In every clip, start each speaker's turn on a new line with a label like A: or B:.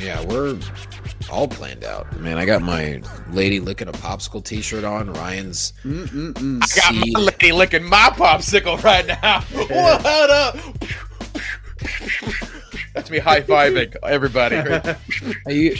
A: Yeah, we're all planned out. Man, I got my lady licking a popsicle T-shirt on. Ryan's
B: Mm-mm-mm.
C: Got my
A: seat.
C: lady licking my popsicle right now. What up? That's me high fiving everybody.
A: Are you?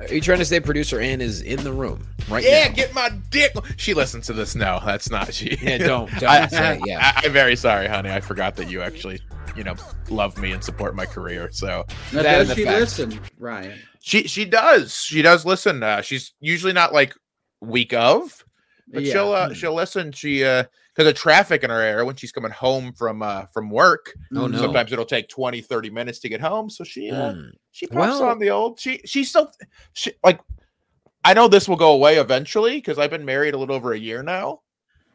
A: Are you trying to say producer Ann is in the room right
C: Yeah,
A: now?
C: get my dick. She listens to this. No, that's not she.
A: yeah, don't don't
C: I,
A: say it, yeah.
C: I, am very sorry, honey. I forgot that you actually, you know, love me and support my career. So
B: Now,
A: That and
B: does
A: the
B: she
A: fact.
B: listen, Ryan?
C: she she does. She does listen. Uh, she's usually not like week of, but
B: Yeah.
C: she'll
A: Hmm.
C: uh, she'll listen. She uh because of traffic in her area when she's coming home from uh from work.
A: Oh, no.
C: Sometimes it'll take 20, 30 minutes to get home. So she uh,
A: Hmm.
C: She pops
A: Well-
C: on the old. She she's still she like. I know this will go away eventually because I've been married a little over a year now.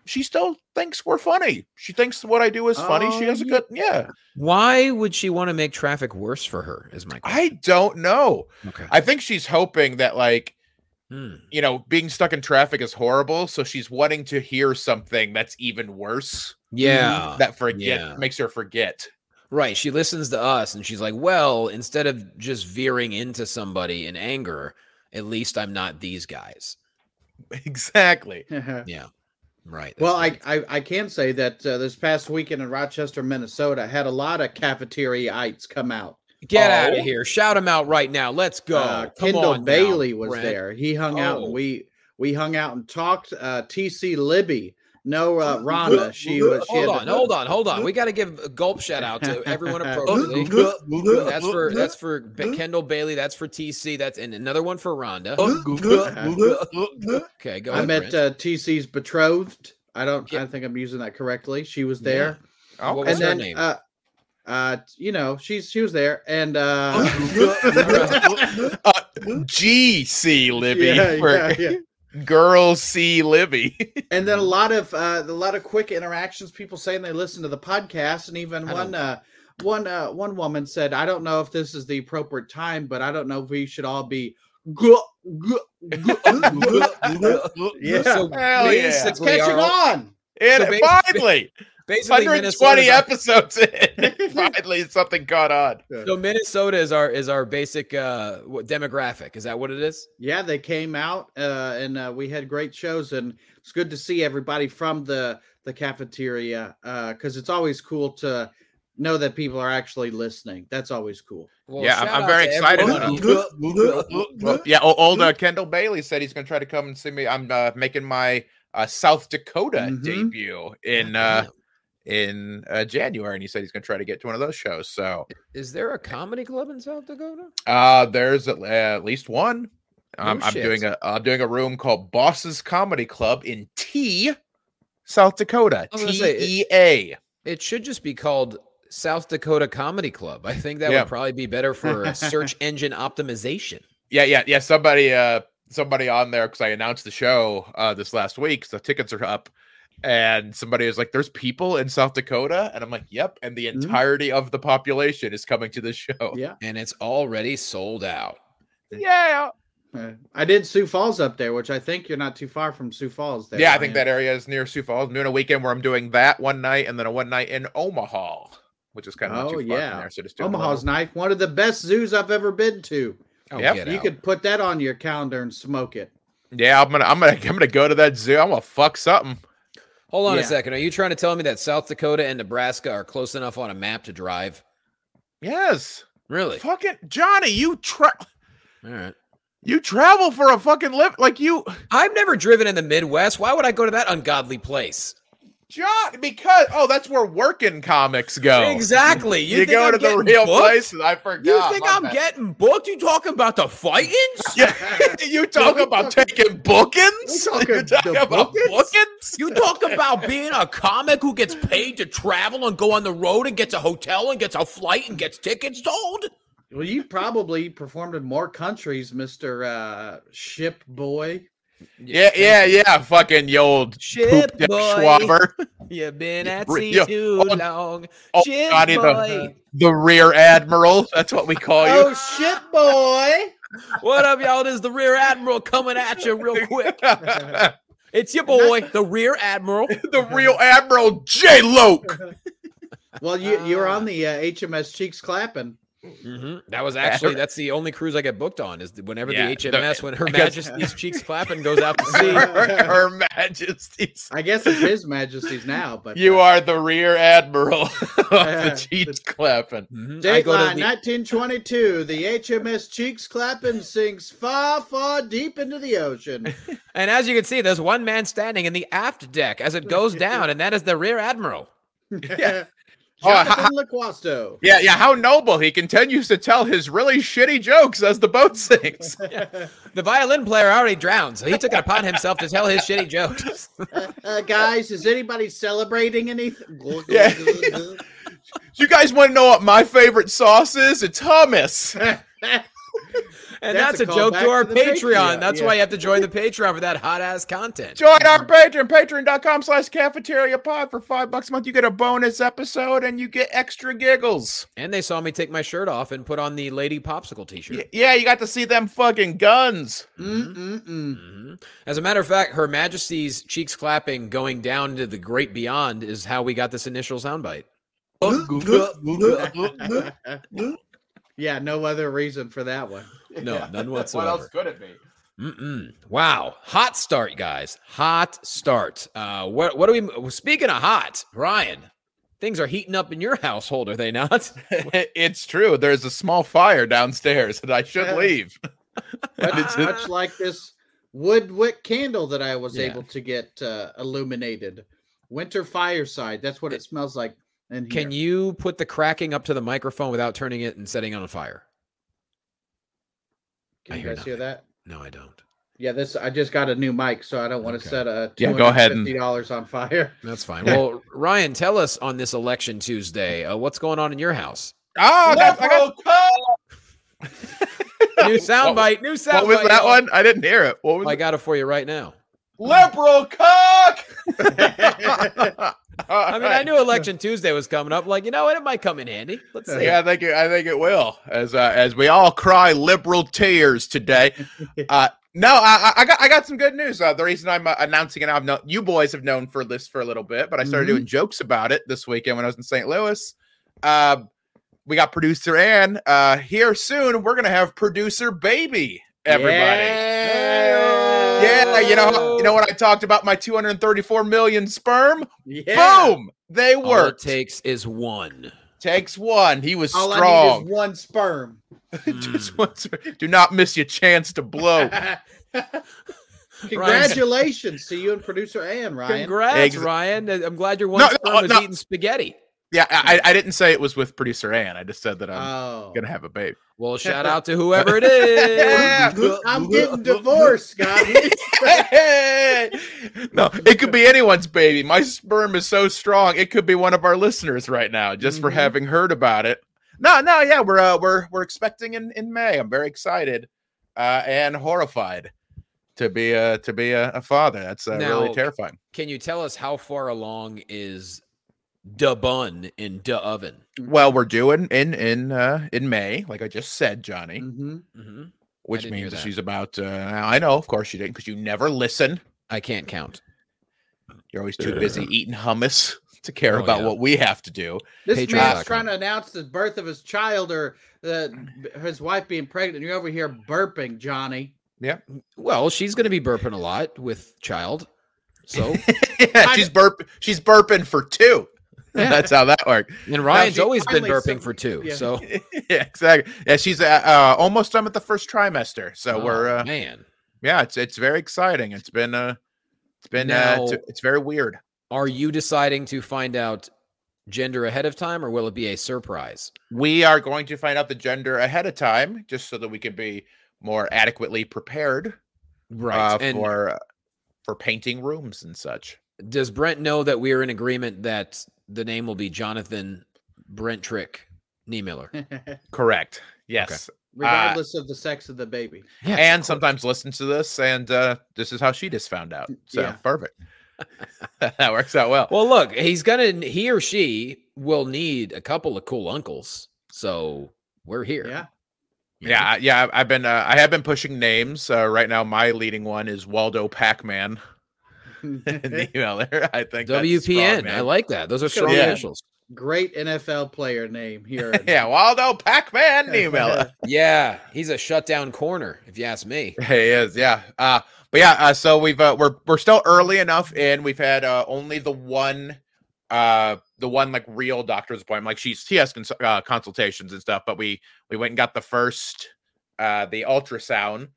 C: She still thinks we're funny. She thinks what I do is funny. She
B: Oh,
C: has a good yeah.
A: Why would she want to make traffic worse for her? Is my question.
C: I don't know.
A: okay.
C: I think she's hoping that like
A: Hmm.
C: you know being stuck in traffic is horrible, so she's wanting to hear something that's even worse.
A: Yeah,
C: That forget
A: Uh, yeah.
C: makes her forget.
A: right. She listens to us and she's like, "Well, instead of just veering into somebody in anger, at least I'm not these guys."
C: exactly.
A: Right. that's
B: well,
A: right.
B: I, I I can say that uh, this past weekend in Rochester, Minnesota, had a lot of cafeteriaites come out.
A: Get out
C: Oh.
A: of here. Shout him out right now. Let's go.
B: Uh,
A: Come
B: Kendall
A: on now,
B: Bailey was
A: Brent.
B: there. He hung out
A: Oh.
B: and we we hung out and talked. Uh, TC Libby, no uh, Rhonda. She was. She
A: Hold
B: had
A: on, hold on, hold on. We got to give a gulp shout out to everyone appropriately. that's for that's for Ba- Kendall Bailey. That's for TC. That's and another one for Rhonda. Okay, go
B: I
A: ahead.
B: met
A: Brent.
B: uh, TC's betrothed. I don't.
A: Yeah.
B: I think I'm using that correctly. She was
A: Yeah.
B: there.
C: Oh,
A: What was
B: and
A: her
B: then
A: name?
B: uh uh you know she's she was there and uh
A: Oh,
C: uh, GC Libby
B: yeah,
C: for
B: yeah, yeah.
C: Girl C Libby.
B: and then a lot of uh a lot of quick interactions people saying they listen to the podcast and even
A: I
B: one uh one uh one woman said i don't know if this is the appropriate time but i don't know if we should all be gu- gu- gu- gu-" yeah
A: So
C: Hell yeah.
B: it's
A: basically,
B: catching
A: our,
B: on
C: And
A: So ba-
C: finally,
A: basically
C: 120
A: Minnesota's our-
C: episodes in, finally something caught on.
A: so Minnesota is our is our basic uh what, demographic. Is that what it is?
B: yeah they came out uh and uh, we had great shows and it's good to see everybody from the the cafeteria uh because it's always cool to know that people are actually listening that's always cool
A: Well,
C: Yeah, I'm-
A: shout
C: I'm
A: out
C: very
A: to
C: excited
A: everyone.
C: about yeah, o- old uh, Kendall Bailey said he's going to try to come and see me. I'm uh, making my uh, South Dakota
A: Mm-hmm.
B: Mhm.
C: debut in uh, in uh, January, and he said he's going to try to get to one of those shows. So
A: Is there a comedy club in South Dakota?
C: uh, there's at, at least one. Um,
A: No
C: I'm
A: shit.
C: doing a I'm doing a room called Boss's Comedy Club in T, South Dakota.
A: I was gonna
C: T
A: say, it-
C: E A.
A: It should just be called South Dakota Comedy Club. I think that
C: Yeah.
A: would probably be better for search engine optimization.
C: Yeah, yeah, yeah. Somebody, uh, somebody on there because I announced the show uh this last week. So tickets are up, and somebody is like, "There's people in South Dakota," and I'm like, "Yep," and the
A: Hmm?
B: Mhm.
C: entirety of the population is coming to this show.
B: yeah
A: And it's already sold out.
C: Yeah,
B: Uh, I did Sioux Falls up there, which I think you're not too far from Sioux Falls. There,
C: yeah. I think
B: Ryan.
C: that area is near Sioux Falls. I'm doing a weekend where I'm doing that one night, and then a one night in Omaha, which is kind of
B: Oh,
C: too far
B: yeah.
C: from there. So just doing a
B: Omaha's
C: little-
B: nice. One of the best zoos I've ever been to.
A: Oh,
C: Yep.
A: get
B: you
A: out.
B: could put that on your calendar and smoke it.
C: Yeah, I'm gonna, I'm gonna, I'm gonna go to that zoo. I'm gonna fuck something.
A: Hold on a
B: Yeah.
A: second. Are you trying to tell me that South Dakota and Nebraska are close enough on a map to drive?
C: Yes,
A: Really?
C: fucking Johnny, you tra-
A: All right.
C: you travel for a fucking live. Like you,
A: I've never driven in the Midwest. Why would I go to that ungodly place?
C: John, because oh, that's where working comics go.
A: Exactly.
C: Oh. You, you go
A: I'm
C: to the
A: getting
C: real
A: booked?
C: places. I
A: You
C: forgot.
A: think
C: My
A: I'm
C: bad.
A: getting booked? You talking about the fightings?
C: Yeah, you talk
B: we
C: about
B: talking-
C: taking bookings.
B: we talking
C: you talking
B: the
C: about
B: bookings?
C: bookings.
A: You talk about being a comic who gets paid to travel and go on the road and gets a hotel and gets a flight and gets tickets sold?
B: Well, you probably performed in more countries, Mister uh, Ship Boy.
C: Yeah, yeah, yeah. Fucking you old
A: Ship
C: poop dick
A: boy.
C: Schwabber.
A: You've been at
C: Re-
A: sea
C: yeah.
A: too
C: Oh,
A: long.
C: oh,
A: Shit,
C: God, either.
A: boy.
C: The rear admiral. That's what we call you.
B: Oh, Ship Boy!
A: What up, y'all? This is the Rear Admiral coming at you real quick. Oh.
C: the
A: It's your boy, the Rear Admiral.
C: real admiral J. Luke.
B: Well, you you were
A: Ah.
B: on the uh, HMS Cheeks clapping.
A: Mhm. That was actually that's the only cruise I get booked on is whenever
C: Yeah,
A: the
C: the-
A: HMS, when Her
C: because-
A: Majesty's cheeks clapping, goes out to sea.
C: Her, Her Majesty's.
B: I guess it's His Majesty's now, but uh,
C: You are the rear admiral of the cheats clapping.
A: Mhm. I go to
B: Dateline
A: the-
B: 1922. The HMS Cheeks clapping sinks far, far deep into the ocean.
A: and as you can see, there's one man standing in the aft deck as it goes down, and that is the Rear Admiral.
C: Yeah. Oh, ha-
B: Jonathan LaQuasto.
C: Yeah, yeah. How noble he continues to tell his really shitty jokes as the boat sinks.
A: The violin player already drowned, so he took it upon himself to tell his shitty jokes.
B: Uh, uh, guys, is anybody celebrating anything?
C: Yeah. You guys want to know what my favorite sauce is? It's hummus.
A: And that's,
B: That's
A: a,
B: a
A: joke
B: callback
A: to our
B: to the
A: Patreon.
B: Patreon,
A: That's
B: yeah.
A: why you have to join the Patreon for that hot ass content.
C: Join our Patreon, patreon.com slash cafeteria pod for five bucks a month. You get a bonus episode and you get extra giggles.
A: And they saw me take my shirt off and put on the Lady Popsicle t shirt.
C: Y- Yeah, you got to see them fucking guns.
B: Mm-mm-mm.
A: Mhm. As a matter of fact, Her Majesty's cheeks clapping going down to the great beyond is how we got this initial soundbite.
B: yeah, no other reason for that one.
A: No, none whatsoever.
C: could it be?
A: Mm-mm. Wow, hot start, guys. Hot start. Uh, what what are we well, speaking of hot, Ryan? Things are heating up in your household, are they not?
C: it's true. There's a small fire downstairs and I should
B: Yeah.
C: leave.
B: Much, much like this wood wick candle that I was
A: Yeah.
B: able to get uh, illuminated. Winter fireside. That's what it smells like. And
A: Can you put the cracking up to the microphone without turning it and setting it on fire? I
B: Can you
A: hear
B: guys hear that?
A: No, I don't.
B: Yeah, this I just got a new mic, so I don't want to
A: Okay.
B: set a
C: Yeah, go ahead and-
B: dollars on fire.
A: That's fine. Well, Ryan, tell us on this election Tuesday, uh, what's going on in your house?
C: Oh, I got- I got-
A: New soundbite. New soundbite.
C: what was that
A: y'all.
C: one? I didn't hear it. What was
A: I
C: it?
A: got it for you right now.
C: Liberal cock!
A: I mean, I knew election Tuesday was coming up. Like, you know what? It might come in handy. Let's see.
C: Yeah, I think it, I think it will. As uh, as we all cry liberal tears today. Uh, no, I, I- I got I got some good news. Uh, the reason I'm uh, announcing it, I've known you boys have known for this for a little bit, but I started
B: Mhm.
C: doing jokes about it this weekend when I was in St. Louis. Uh, we got producer Ann uh, here soon. We're gonna have producer baby. Everybody.
B: Yeah.
C: Yeah, you know, you know what I talked about my 234 million sperm.
B: Yeah.
C: Boom, they
A: All it
C: worked.
A: takes is one.
C: Takes one. He was
B: All I need
C: strong.
B: is one sperm.
A: Mm.
C: Just once- do not miss your chance to blow.
B: Congratulations to you and producer Ann, Ryan.
A: Congrats,
C: Ex-
A: Ryan. I'm glad your one
C: No, no,
A: sperm
C: uh,
A: is
C: no.
A: eating spaghetti.
C: yeah, I, I didn't say it was with producer Ann. I just said that I'm
B: oh.
C: Um, gonna have a baby.
A: Well, shout out to whoever it is.
C: Yeah.
B: I'm getting divorced, guys.
C: no, it could be anyone's baby. My sperm is so strong. It could be one of our listeners right now, just for
B: Mhm.
C: having heard about it. No, no, yeah, we're uh, we're we're expecting in in May. I'm very excited uh, and horrified to be a to be a, a father. That's uh,
A: Now-
C: really terrifying.
A: Can you tell us how far along is da bun in da oven?
C: Well, we're doing in in uh, in May, like I just said, Johnny.
B: Mhm.
C: Mm-hmm.
A: hmm
C: which
A: didn't hear
C: means that
A: that.
C: she's about. Uh, I know, of course, you didn't, because you never listen.
A: I can't count.
C: You're always too busy eating hummus to care
A: Oh,
C: about
A: yeah.
C: what we have to do.
B: This
A: Patreon dot com.
B: man's trying to announce the birth of his child or uh, b- his wife being pregnant. You're over here burping, Johnny.
A: Well, she's going to be burping a lot with child. So,
C: yeah, she's burp. She's burping for two. That's how that worked.
A: and Ryan's
B: she
A: always been
B: finally
A: burping
B: sub-
A: for two.
B: yeah.
A: So,
C: yeah, exactly. Yeah, she's uh, uh, almost done with the first trimester. So
A: Oh,
C: we're uh,
A: man.
C: yeah, it's it's very exciting. It's been uh, it's been uh,
A: Now-
C: t- it's very weird.
A: Are you deciding to find out gender ahead of time or will it be a surprise?
C: We are going to find out the gender ahead of time, just so that we can be more adequately prepared
A: Right.
C: uh,
A: and
C: for uh, for painting rooms and such.
A: does Brent know that we are in agreement that the name will be Jonathan Brent Trick Niemiller?
C: Correct. Yes.
B: Regardless of the sex of the baby.
A: Yes, of
C: and
A: course.
C: sometimes listens to this, and uh, this is how she just found out. So
B: Yeah.
C: perfect. that works out well.
A: Well, look, he's gonna he or she will need a couple of cool uncles. So we're here.
B: Yeah.
A: you
C: Yeah, I- yeah. I- I've been, uh, I have been pushing names. Uh, right now, my leading one is Waldo Pac-Man. in the emailer. I think that's strong,
A: WPN. I
C: man.
A: like that. Those are strong
C: Yeah.
A: initials.
B: Great NFL player name here.
C: yeah, Waldo Pac-Man emailer.
A: Yeah, he's a shutdown corner, if you ask me.
C: he is. Yeah. Uh, but yeah. Uh, so we've uh, we're we're still early enough in. We've had uh, only the one, uh, the one like real doctor's appointment. Like she's she has cons- uh, consultations and stuff. But we we went and got the first, uh, the ultrasound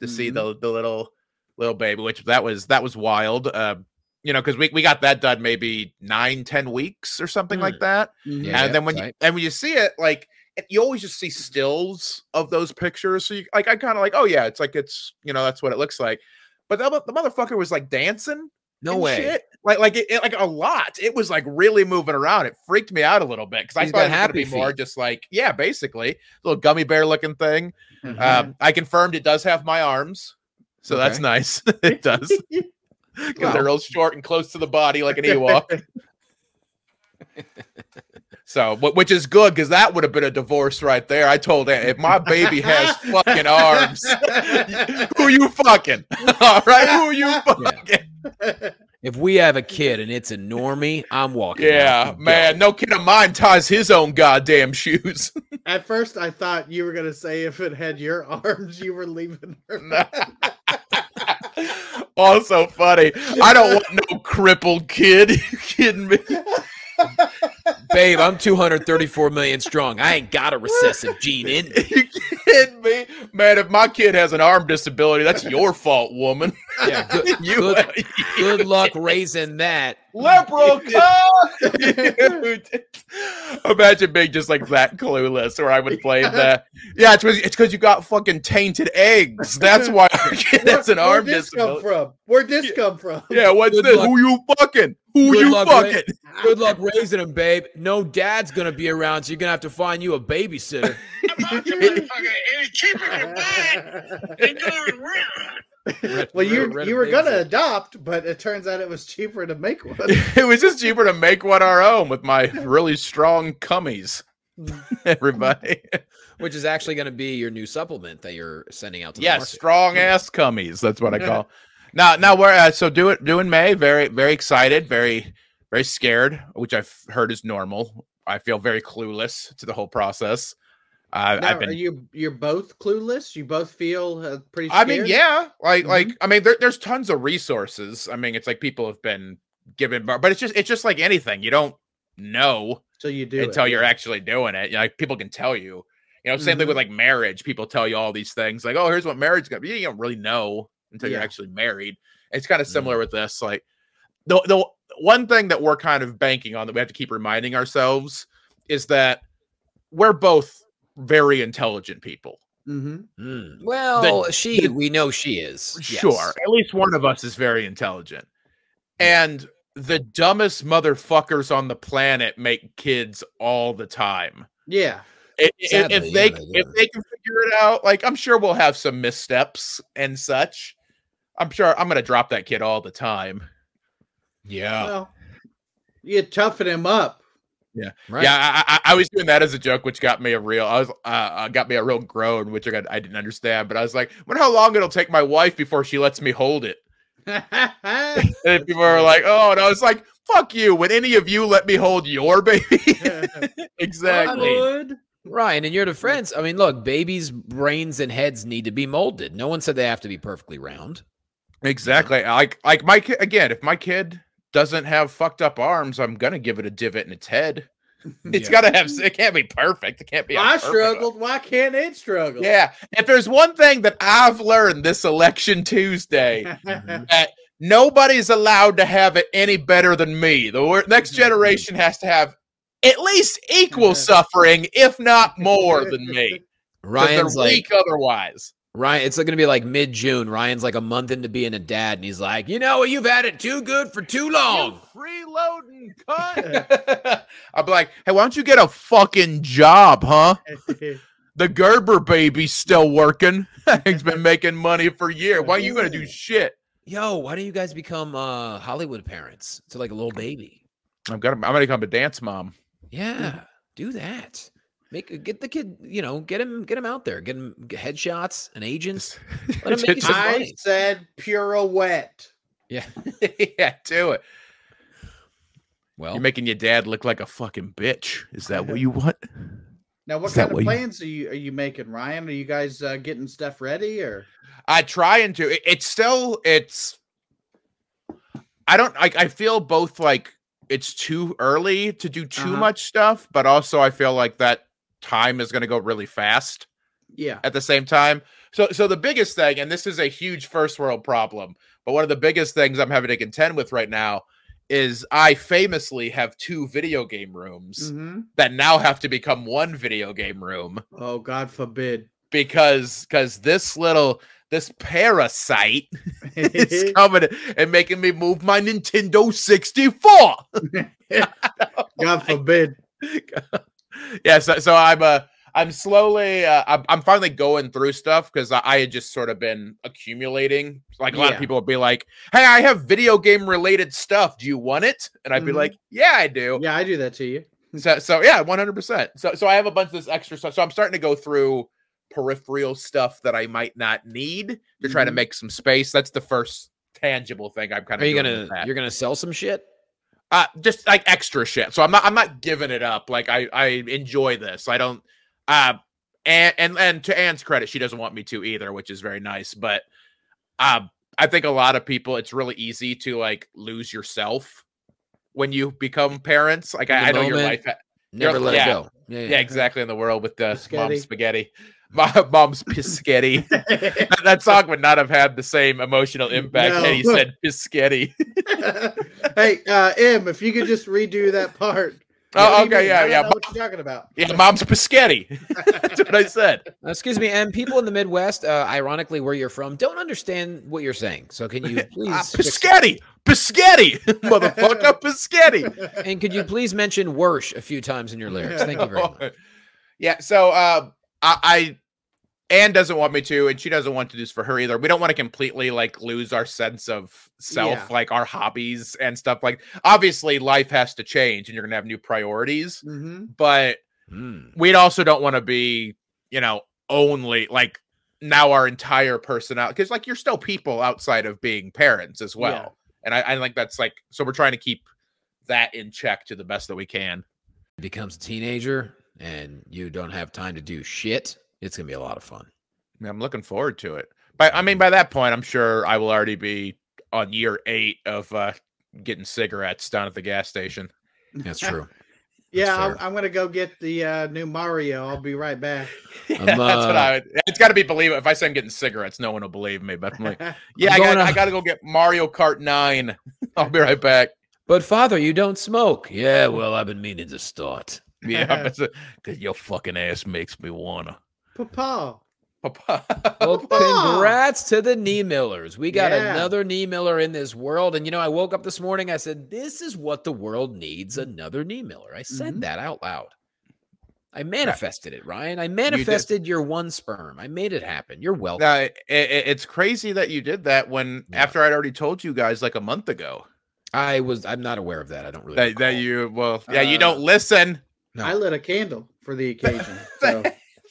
C: to see
B: Mhm.
C: the the little little baby, which that was that was wild. Uh, you know, because we, we got that done maybe nine, ten weeks or something like that.
B: Mhm.
A: Yeah.
C: and then when you
A: right.
C: and when you see it, like it- you always just see stills of those pictures. So you like I kind of like, oh yeah, it's like it's you know that's what it looks like. But the, mo- the motherfucker was like dancing.
A: No
C: and
A: way.
C: Shit. Like like it, it- like a lot. It was like really moving around. It freaked me out a little bit because I
A: He's
C: thought
A: got
C: it was gonna be
A: happy
C: more
A: feet.
C: just like yeah, basically little gummy bear looking thing. Um, I confirmed it does have my arms, so that's
A: Okay.
C: nice. it does. Because they're real short and close to the body like an Ewok. so, wh- which is good because that would have been a divorce right there. I told Aunt, if my baby has fucking uh, arms, who you fucking? All right, who you fucking?
A: If we have a kid and it's a normie, I'm walking. out
C: Yeah,
A: the door.
C: man, no kid of mine ties his own goddamn shoes.
B: At first, I thought you were going to say if it had your arms, you were leaving her.
C: also funny. I don't want no crippled kid. you kidding me?
A: Babe, I'm 234 million strong. I ain't got a recessive gene in me.
C: you kidding me? Man, if my kid has an arm disability, that's your fault, woman.
A: Yeah, good,
C: you,
A: good, good luck raising that.
C: leprechaun. Imagine being just like that clueless, or I would play that. Yeah, it's 'cause- it's because you got fucking tainted eggs. That's why our kid has an arm
B: Where'd this come
C: disability.
B: from? Where'd this come from?
C: Yeah, what's
A: Good
C: this?
A: luck.
C: Who you fucking? Who
A: Good
C: you
A: luck,
C: fucking?
A: Ray. Good luck raising him, babe. No dad's gonna be around, so you're gonna have to find you a babysitter.
B: well,
A: Rid-
B: you
A: rid
B: you
A: of
B: were going to
A: babysitter.
B: adopt, but it turns out it was cheaper to make one.
C: it was just cheaper to make one our own with my really strong cummies.
A: Mm.
C: Everybody.
A: which is actually gonna be your new supplement that you're sending out to
C: Yeah,
A: the market.
C: strong ass cummies. That's what I call. now, now we're uh, so do it doing May. Very, very excited. Very, very scared, which I've heard is normal. I feel very clueless to the whole process. Uh,
B: Now,
C: I've
B: are
C: been.
B: you you're both clueless? You both feel uh, pretty.
C: I mean,
B: scared? Mm-hmm.
C: yeah, like, like I mean, there, there's tons of resources. I mean, it's like people have been given, but but it's just, it's just like anything. You don't know
B: So you do
C: until
B: it.
C: you're actually doing it. You know, Like people can tell you. You know, same
B: Mm-hmm.
C: thing with like marriage. People tell you all these things, like, "Oh, here's what marriage is gonna be." You don't really know until you're
B: Yeah. Mm-hmm.
C: actually married. It's kind of similar with this. Like the the one thing that we're kind of banking on that we have to keep reminding ourselves is that we're both very intelligent people.
B: Mhm.
A: Mm. Well, she, we know she is. Yes.
C: Sure, at least one of us is very intelligent,
B: Mm.
C: and the dumbest motherfuckers on the planet make kids all the time.
B: Yeah.
C: I- i-
A: Sadly,
C: if they
A: yeah, they
C: if
A: do.
C: they can figure it out, like I'm sure we'll have some missteps and such. I'm sure I'm gonna drop that kid all the time. Oh.
A: Yeah.
B: Well, you toughen him up.
A: Right.
C: Yeah, I, I, I was doing that as a joke, which got me a real. I was uh, uh, got me a real groan, which I, got, I didn't understand. But I was like, "Wonder how long it'll take my wife before she lets me hold it?" And then people are like, "Oh," and I was like, "Fuck you!" Would any of you let me hold your baby? exactly.
B: Would.
A: Ryan, in your defense, I mean, look, babies' brains and heads need to be molded. No one said they have to be perfectly round.
C: Exactly. Like like my kid again, if my kid doesn't have fucked up arms, I'm gonna give it a divot in its head. It's gotta have it can't be perfect. It can't be a
B: I
C: perfect arm.
B: struggled. Why can't it struggle?
C: Mm-hmm.
B: Mm-hmm.
C: Yeah. If there's one thing that I've learned this election Tuesday, that nobody's allowed to have it any better than me. The wor- next generation has to have at least equal suffering, if not more than me. 'cause
A: Ryan's
C: they're
A: like
C: weak otherwise.
A: Ryan. It's gonna be like mid June. Ryan's like a month into being a dad, and he's like, you know, you've had it too good for too long.
C: You freeloading cunt. I'll Oh. be like, hey, why don't you get a fucking job, huh? The Gerber baby's still working. He's been making money for a year. Why are you gonna do shit?
A: Yo, why don't you guys become uh Hollywood parents to like a little baby?
C: I'm gonna I'm gonna become a dance mom.
A: Yeah, do that. Make get the kid, you know, get him, get him out there, get him get headshots and agents. Let him make you some
B: I
A: money.
B: said pirouette.
C: yeah, do it.
A: Well,
C: You're making your dad look like a fucking bitch. Is that what you want?
B: Now, what
C: Is that
B: kind
C: what
B: of
C: you-
B: plans are you are you making, Ryan? Are you guys uh, getting stuff ready or?
C: I trying to. It, it's still. It's. I don't. I, I feel both like it's too early to do too
B: Uh-huh.
C: much stuff, but also I feel like that time is going to go really fast
B: Yeah.
C: at the same time. So, so the biggest thing, and this is a huge first world problem, but one of the biggest things I'm having to contend with right now is I famously have two video game rooms
B: Mhm.
C: that now have to become one video game room
B: Oh God forbid.
C: because because this little this parasite is coming and making me move my Nintendo 64.
B: God forbid.
C: yeah, so, so I'm uh I'm slowly uh, I'm, I'm finally going through stuff because I, I had just sort of been accumulating. Like a lot
B: Yeah.
C: of people would be like, "Hey, I have video game related stuff. Do you want it?" And I'd be
B: Mhm.
C: like, "Yeah, I do."
B: Yeah, I do that to you.
C: So, so yeah, one hundred percent. So, so I have a bunch of this extra stuff. So I'm starting to go through peripheral stuff that I might not need to try to
B: Mhm.
C: make some space. That's the first tangible thing I'm kind
A: Mm-hmm. are
C: of.
A: you
C: doing with
A: gonna
C: that.
A: you're gonna sell some shit?
C: uh, just like extra shit? So I'm not. I'm not giving it up. Like I, I enjoy this. I don't. Uh, and and and to Anne's credit, she doesn't want me to either, which is very nice. But, uh, I think a lot of people, it's really easy to like lose yourself when you become parents. Like
A: In
C: I,
A: the
C: I know your
A: moment.
C: life. ha-
A: Never let
C: yeah.
A: it go. Yeah,
C: yeah, exactly. In the world with the
B: Biscotti.
C: mom's spaghetti, My, mom's piscetti. that, that song would not have had the same emotional impact
B: No.
C: had he said piscetti.
B: hey, uh, Em, if you could just redo that part. What do
C: Oh, okay,
B: you mean? I
C: yeah,
B: don't
C: yeah,
B: know
C: mo-
B: what you're talking about?
C: yeah. Mom's piscetti. That's what I said.
A: Uh, excuse me, and people in the Midwest, uh, ironically, where you're from, don't understand what you're saying. So can you
C: Uh,
A: please fix-
C: piscetti, piscetti, motherfucker, piscetti.
A: and could you please mention Wersh a few times in your lyrics? Thank you very much.
C: Oh. Yeah. So uh, I, I Anne doesn't want me to, and she doesn't want to do this for her either. We don't want to completely like lose our sense of self,
B: Yeah.
C: like our hobbies and stuff. Like obviously, life has to change, and you're gonna have new priorities.
B: Mm-hmm.
C: But
A: Mm.
C: we also don't want to be, you know, only like now our entire personality because like you're still people outside of being parents as well. And I, I think that's like so we're trying to keep that in check to the best that we can.
A: Becomes a teenager, and you don't have time to do shit. It's gonna be a lot of fun.
C: Yeah, I'm looking forward to it. But I mean, by that point, I'm sure I will already be on year eight of uh, getting cigarettes down at the gas station.
A: That's true.
B: Yeah, I'm,
A: fair.
B: I'm gonna go get the uh, new Mario. I'll be right back.
C: Yeah,
A: I'm,
C: that's what
A: uh,
C: I would. It's got to be believable. If I say I'm getting cigarettes, no one will believe me. But I'm like, yeah, I
A: going
C: got, I
A: on-
C: got to go get Mario Kart Nine. I'll be right back.
A: But father, you don't smoke. Yeah, well, I've been meaning to start.
C: Yeah, because your fucking ass makes me wanna.
B: Papa.
C: Papa.
A: Well,
B: Oh, on.
A: congrats to the knee millers. We got
B: Yeah.
A: another knee miller in this world. And you know, I woke up this morning, I said, This is what the world needs another knee miller. I said
B: Mhm.
A: that out loud. I manifested it, Ryan. I manifested your one sperm. I made it happen. You're welcome.
C: Now, it, it, it's crazy that you did that when
A: Yeah.
C: after I'd already told you guys like a month ago
A: I was I'm not aware of that. I don't really
C: that, that
A: recall.
C: you well yeah you
B: Uh,
C: don't listen.
A: No.
B: I lit a candle for the occasion. So.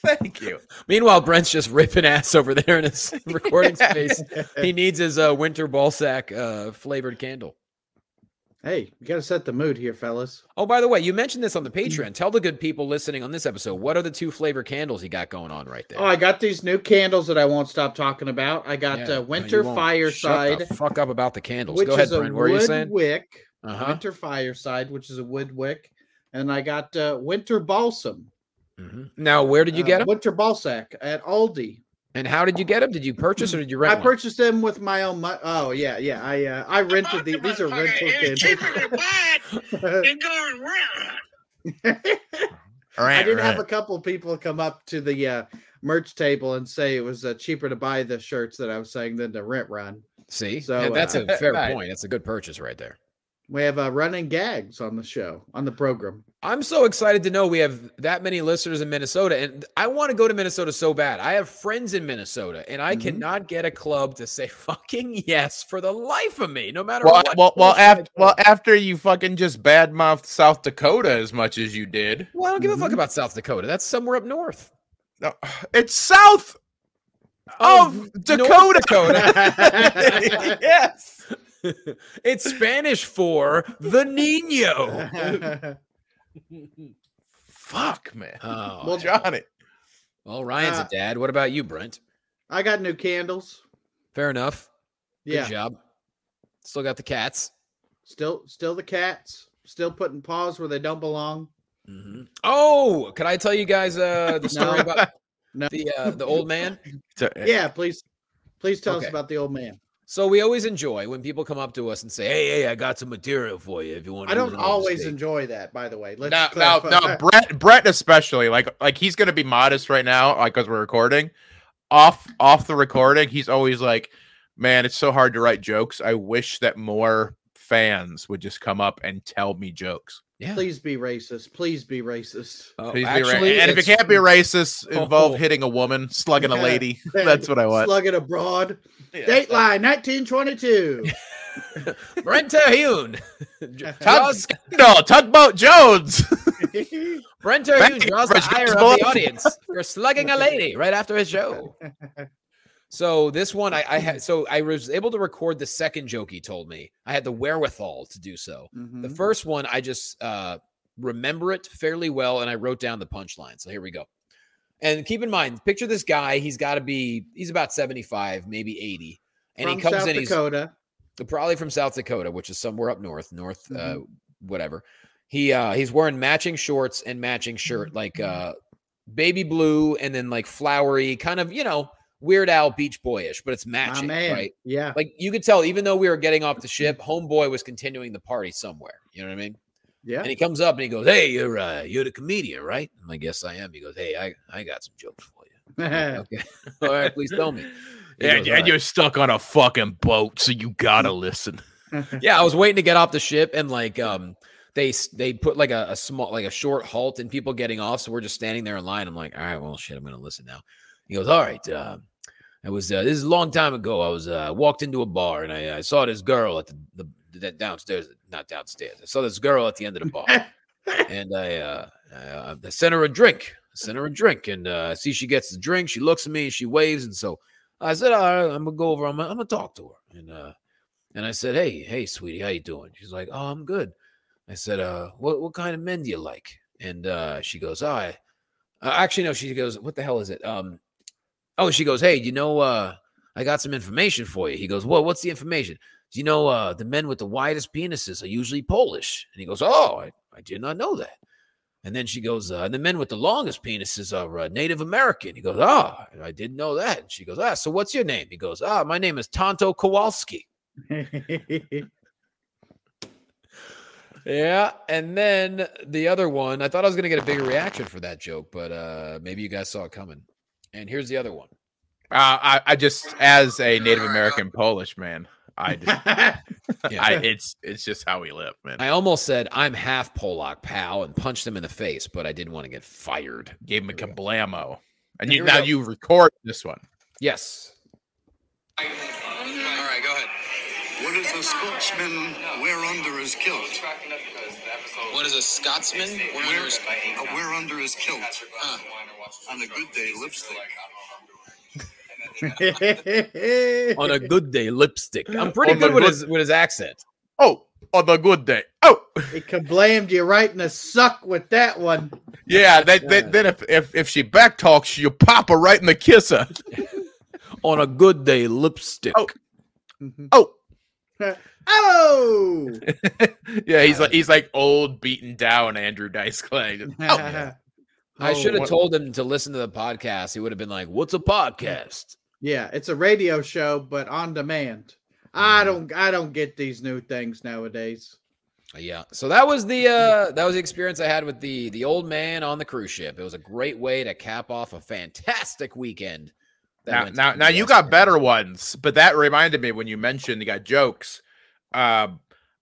C: Thank you.
A: Meanwhile, Brent's just ripping ass over there in his recording
C: Yeah.
A: space. He needs his uh, winter ball sack uh, flavored candle.
B: hey, you gotta set the mood here, fellas.
A: Oh, by the way, you mentioned this on
B: Mm.
A: the Patreon. Tell the good people listening on this episode what are the two flavor candles you got going on right there?
B: Oh, I got these new candles that I won't stop talking about. I got
A: Yeah,
B: uh,
A: no, you
B: Winter
A: won't.
B: Fireside,
A: Shut the fuck up about the candles.
B: which
A: Go ahead,
B: is a
A: Brent. What are you
B: wood
A: saying?
B: wick.
A: Uh huh.
B: Winter Fireside, which is a wood wick, and I got uh, Winter Balsam.
A: Mm-hmm. Now, where did you
B: uh,
A: get them?
B: Winter Balsac at Aldi.
A: And how did you get them? Did you purchase or did you rent?
B: I
A: one?
B: purchased them with my own money. Oh yeah, yeah. I uh, I rented these. These are rental
D: It's
B: kids.
D: cheaper to buy it than going rent.
C: Right,
B: I did
C: right.
B: have a couple people come up to the uh, merch table and say it was uh, cheaper to buy the shirts that I was saying than to rent run.
A: See,
B: So,
A: Yeah, that's
B: uh,
A: a fair
C: right.
A: point. That's a good purchase right there.
B: We have uh, running gags on the show on the program.
A: I'm so excited to know we have that many listeners in Minnesota, and I want to go to Minnesota so bad. I have friends in Minnesota, and I
C: Mm-hmm.
B: Mhm.
A: cannot get a club to say fucking yes for the life of me, no matter
C: Well,
A: what.
C: well, well,
A: bullshit I
C: after, well,
A: pull.
C: after you fucking just badmouthed South Dakota as much as you did,
A: Well, I don't give a
C: mm-hmm.
A: fuck
B: Mhm.
A: about South Dakota. That's somewhere up north.
C: No, it's south
A: Oh,
C: of
A: North
C: Dakota.
A: Dakota.
C: yes.
A: it's Spanish for the Nino. Oh,
B: well,
C: Fuck, man.
A: Oh,
C: well,
A: well,
C: Johnny.
A: Ryan's a
B: uh,
A: dad. What about you, Brent?
B: I got new candles.
A: Fair enough. Good
B: Yeah,
A: job. Still got the cats.
B: still still the cats. Still putting paws where they don't belong.
A: Mhm. Oh, could I tell you guys uh, the story
B: No.
A: about
B: No.
A: the uh, the old man?
C: eh,
B: Yeah, please, please tell
A: Okay.
B: us about the old man.
A: So we always enjoy when people come up to us and say, "Hey, hey, I got some material for you if you want."
B: I don't always enjoy that, by the way. Let's
C: Now, now, now, Brett, Brett especially, like, like he's gonna be modest right now, like, cause we're recording. Off, off the recording, he's always like, "Man, it's so hard to write jokes. I wish that more fans would just come up and tell me jokes."
A: Yeah.
B: Please be racist. Please be racist.
A: Oh,
C: Please be ra-
A: actually,
C: and if it
A: it's-
C: can't be racist, involve
A: Oh.
C: hitting a woman, slugging a
B: Yeah.
C: lady. That's what I want.
B: Slug it abroad.
C: Yeah.
B: Dateline 1922.
A: Brent Terhune,
C: Tug-
A: Jaws,
C: no, Tugboat Jones.
B: Mm-hmm.
A: Brent
C: Back
A: Terhune
C: to
A: draws the
C: Brent's
A: ire of
C: blood.
A: the audience for slugging a lady right after his show. So this one, I, I had, so I was able to record the second joke he told me. I had the wherewithal to do so. The
B: Mhm.
A: first one, I just uh, remember it fairly well, and I wrote down the punchline. So here we go. And keep in mind, picture this guy. He's got to be, he's about 75, maybe 80. And
B: From
A: he comes
B: South
A: in,
B: Dakota.
A: he's probably from South Dakota, which is somewhere up north, north, uh,
B: Mm-hmm.
A: whatever. He uh, He's wearing matching shorts and matching shirt, like
B: Mm-hmm.
A: uh, baby blue and then like flowery, kind of, you know, Weird Al Beach Boyish, but it's
B: My
A: matching,
B: man. Mm-hmm.
A: right?
B: Yeah.
A: Like you could tell, even though we were getting off the ship, homeboy was continuing the party somewhere. You know what I mean?
B: Yeah.
A: And he comes up and he goes, "Hey, you're uh, you're the comedian, right?" I'm like, "Yes, I am." He goes, "Hey, I, I got some jokes for you." I'm like, okay, all right, please tell me. He
C: Yeah,
A: goes,
C: and
A: "All right."
C: you're stuck on a fucking boat, so you gotta listen.
A: yeah, I was waiting to get off the ship and like um they s- they put like a, a small like a short halt and people getting off, so we're just standing there in line. I'm like, all right, well shit, I'm gonna listen now. He goes, all right. Uh, I was uh, this is a long time ago. I was uh, walked into a bar and I, I saw this girl at the, the that downstairs, not downstairs. I saw this girl at the end of the bar, and I uh, I, I sent her a drink. I sent her a drink, and uh, I see she gets the drink. She looks at me and she waves, and so I said, all right, I'm gonna go over. I'm gonna, I'm gonna talk to her, and uh, and I said, "Hey, hey, sweetie, how you doing?" She's like, "Oh, I'm good." I said, "Uh, what what kind of men do you like?" And uh, she goes, "Oh, I, uh, actually no." She goes, "What the hell is it?" Um, oh, she goes, "Hey, you know, uh, I got some information for you." He goes, "Well, what's the information?" Do you know uh, the men with the widest penises are usually Polish? And he goes, "Oh, I, I did not know that." And then she goes, uh, "And the men with the longest penises are uh, Native American." He goes, "Oh, I didn't know that." And she goes, "Ah, so what's your name?" He goes, "Ah, my name is Tonto Kowalski." Yeah, and then the other one, I thought I was going to get a bigger reaction for that joke, but uh maybe you guys saw it coming. And here's the other one.
C: Uh, I, I just, as a Native American Polish man, I, just,
A: Yeah.
C: I, it's, it's just how we live, man.
A: I almost said I'm half Polak, pal, and punched him in the face, but I didn't want to get fired.
C: Gave him a
A: Here we
C: kablamo, and
A: Here
C: you
A: we
C: now
A: go.
C: you record this one.
A: Yes.
E: All right, go ahead.
F: What does a Scotsman wear under his kilt?
E: What is a Scotsman?
F: Wear,
E: Where is
F: a wear under his kilt.
E: Huh.
F: On a good day, lipstick.
A: On a good day, lipstick. I'm pretty
C: On the
A: good with
C: good-
A: his with his accent.
C: Oh, on the good day. Oh,
B: he can blamed you right in the suck with that one.
C: yeah. That, that, then if, if if she back talks, you pop her right in the kisser.
A: On a good day, lipstick.
C: Oh. Oh,
B: oh.
C: yeah. He's like he's like old, beaten down Andrew Dice Clay. Oh,
A: I
B: Oh,
A: should have
C: what-
A: told him to listen to the podcast. He would have been like, "What's a podcast?"
B: Yeah, it's a radio show, but on demand. I don't I don't get these new things nowadays.
A: Yeah. So that was the uh that was the experience I had with the the old man on the cruise ship. It was a great way to cap off a fantastic weekend. that
C: Now,
A: went
C: now,
A: to
C: now you
A: US
C: got
A: Air.
C: better ones, but that reminded me when you mentioned you got jokes. Um,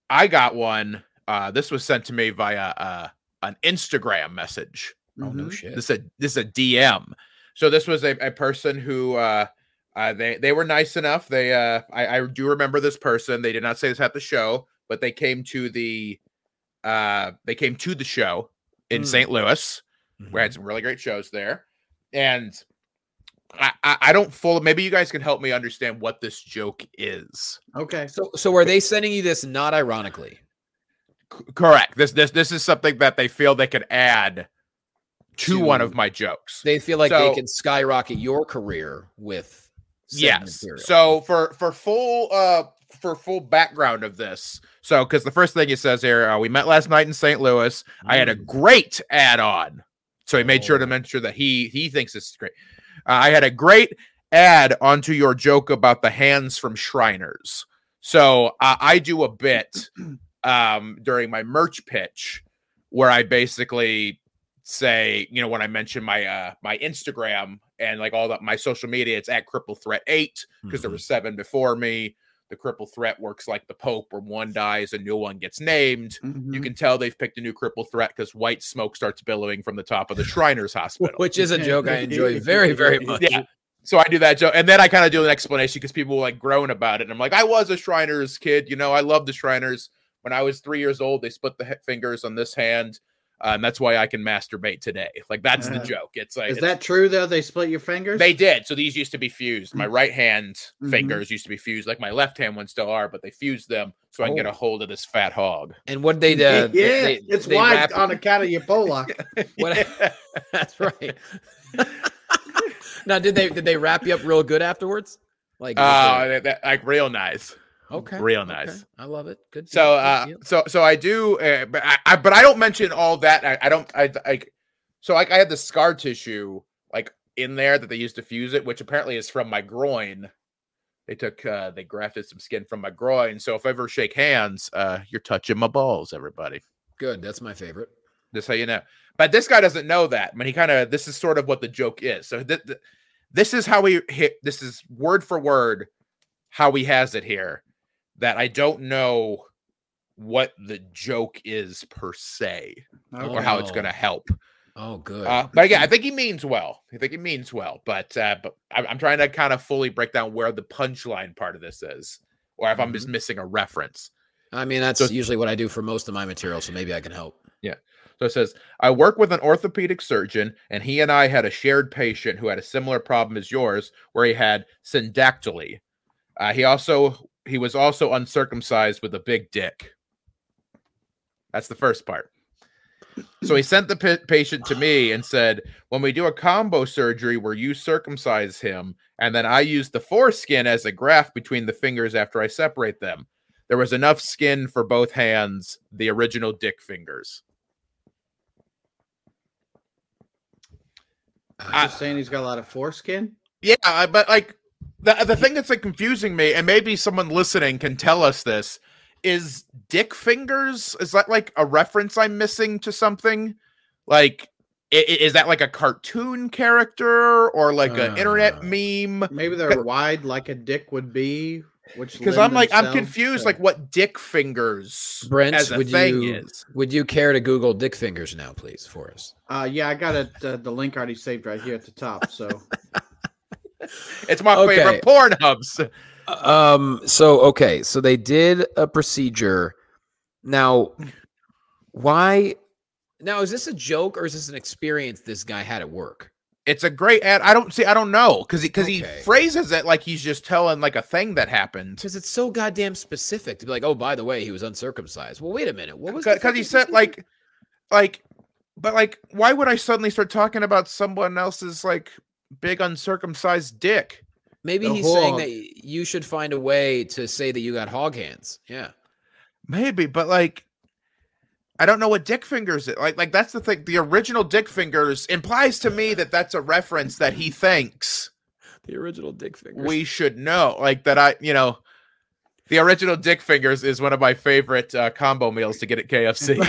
C: I got one. Uh, this was sent to me via uh, an Instagram message.
A: Oh no
B: Mhm.
A: shit.
C: This is a this is a DM. So this was a, a person who uh, uh, they they were nice enough. They uh, I, I do remember this person. They did not say this at the show, but they came to the uh, they came to the show in
A: Mm.
C: St. Louis. We had some really great shows there, and I, I I don't full. Maybe you guys can help me understand what this joke is.
B: Okay.
A: so so are they sending you this not ironically?
C: C- correct. This this this is something that they feel they could add to, one of
A: To-
C: my jokes.
A: They feel like they
C: So-
A: can skyrocket your career with said
C: yes
A: material.
C: so for for full uh for full background of this so because the first thing it says here uh, we met last night in st louis i had a great add-on so he made sure to
A: Mm. Oh.
C: mention that he he thinks this is great uh, i had a great add onto your joke about the hands from shriners so uh, i do a bit um during my merch pitch where i basically say you know when i mention my uh my instagram and like all that my social media it's at cripple threat eight because there
A: Mhm.
C: were seven before me the cripple threat works like the pope where one dies a new one gets named you
B: Mhm.
C: can tell they've picked a new cripple threat because white smoke starts billowing from the top of the shriners hospital
A: which is a joke I enjoy very, very much.
C: yeah so i do that joke and then i kind of do an explanation because people were like groan about it and i'm like i was a shriners kid you know i love the shriners when i was three years old they split the he- fingers on this hand uh, and that's why i can masturbate today like that's the
B: Uh,
C: joke it's like
B: Is
C: it's-
B: that true though? They split your fingers?
C: they did. So these used to be fused. My right hand
B: Mhm.
C: fingers used to be fused, like my left hand ones still are, but they fused them so I can get
A: Oh.
C: a hold of this fat hog.
A: And what they did,
B: yeah, it's wide
A: wrapped-
B: on account of your Pollock.
A: What, that's right. now, did they did they wrap you up real good afterwards? Like,
C: Oh,
A: was there-
C: that, that- like real nice.
A: okay,
C: real
A: okay.
C: nice.
A: I love it. Good. deal,
C: So,
A: good
C: uh,
A: deal.
C: so, so I do, uh, but I, I, but I don't mention all that. I, I don't, I, like, so like I had the scar tissue like in there that they used to fuse it, which apparently is from my groin. They took, uh, they grafted some skin from my groin. So if I ever shake hands, uh, you're touching my balls, everybody.
A: good. That's my favorite.
C: Just so you know. But this guy doesn't know that. I mean, he kind of this is sort of what the joke is. So th- th- this is how he hit. This is word for word how he has it here. That I don't know what the joke is per se or how it's
A: Oh.
C: going to help.
A: Oh, good.
C: Uh, but again, I think he means well. I think he means well. But uh, but I'm, I'm trying to kind of fully break down where the punchline part of this is, or if I'm
A: Mm-hmm.
C: just missing a reference.
A: I mean, that's
C: so-
A: usually what I do for most of my material, so maybe I can help.
C: So it says, I work with an orthopedic surgeon, and he and I had a shared patient who had a similar problem as yours, where he had syndactyly. Uh, he also he was also uncircumcised with a big dick. That's the first part. So he sent the pa- patient to me and said, "When we do a combo surgery where you circumcise him, and then I use the foreskin as a graft between the fingers after I separate them, there was enough skin for both hands, the original dick fingers."
B: I'm just saying he's got a lot of foreskin.
C: Yeah, I- but like the the thing that's like confusing me, and maybe someone listening can tell us this, is dick fingers. Is that like a reference I'm missing to something? Like, i- i- is that like a cartoon character or like an internet
A: Uh,
C: meme?
B: Maybe they're wide like a dick would be, which
C: Because
B: lend
C: I'm like I'm
B: themselves
C: confused.
B: to-
C: Like what dick fingers
A: Brent,
C: as a
A: would
C: thing
A: you-
C: is?
A: Would you care to Google dick fingers now, please, for us?
B: uh, yeah, I got it. Uh, the link already saved right here at the top. So
C: It's my
A: Okay.
C: favorite porn hubs.
A: Um. So okay. So they did a procedure. Now, why? Now, is this a joke or is this an experience this guy had at work?
C: It's a great ad. I don't see. I don't know because because
A: Okay.
C: he phrases it like he's just telling like a thing that happened.
A: Because it's so goddamn specific to be like, oh, by the way, he was uncircumcised. Well, wait a minute. What was the
C: because he
A: fucking
C: said
A: procedure?
C: like like but like why would i suddenly start talking about someone else's like big uncircumcised dick
A: maybe
B: the
A: he's saying
B: hog.
A: that you should find a way to say that you got hog hands. Yeah.
C: maybe but like I don't know what Dick Fingers is. Like, like that's the thing. The original Dick Fingers implies to me that that's a reference that he thinks
A: The original Dick Fingers.
C: we should know. Like that I, you know, the original Dick Fingers is one of my favorite uh, combo meals to get at KFC.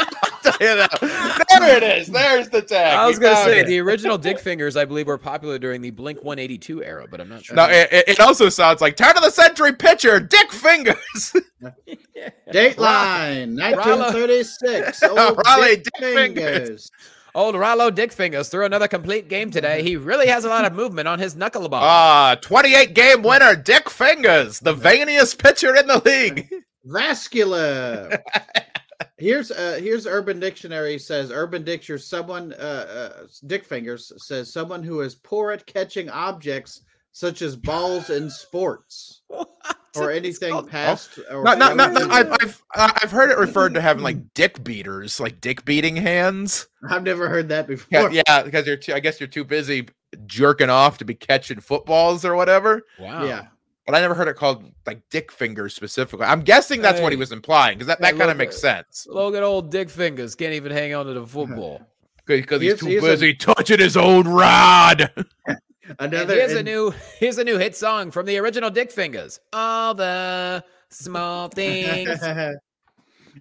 C: I'll tell you that. there it is. There's the tag.
A: I
C: You
A: was gonna
C: found
A: say
C: it.
A: the original Dick Fingers, I believe, were popular during the Blink 182 era, but I'm not sure.
C: No, it, it- it also sounds like turn of the century pitcher Dick Fingers.
B: Dateline, 1936. Old
C: Raleigh
B: Dick
C: Dick Fingers.
B: Fingers.
A: Old Rollo Dick Fingers threw another complete game today. He really has a lot of movement on his knuckleball.
C: Ah, 28 game winner Dick Fingers, the veiniest pitcher in the league.
B: Vascular. here's uh here's Urban Dictionary says Urban Dictionary someone uh, uh Dick Fingers says someone who is poor at catching objects such as balls in sports or anything past or
C: Not, not, not,
B: frozen.
C: I've, I've, uh, I've heard it referred to having like dick beaters, like dick beating hands.
B: I've never heard that before.
C: Yeah, yeah, because you're too, I guess you're too busy jerking off to be catching footballs or whatever.
A: wow.
B: Yeah.
C: But I never heard it called like dick fingers specifically. I'm guessing that's what he
A: Hey.
C: was implying because that,
A: Hey,
C: that kind
A: look,
C: of makes
A: uh,
C: sense
A: Look at old Dick Fingers. Can't even hang on to the football.
C: because he's
B: Here's-
C: too
B: here's a-
C: busy touching his own rod.
A: And
B: Another
A: here's a
B: and-
A: new here's a new hit song from the original Dick Fingers. All the small things.
B: Uh,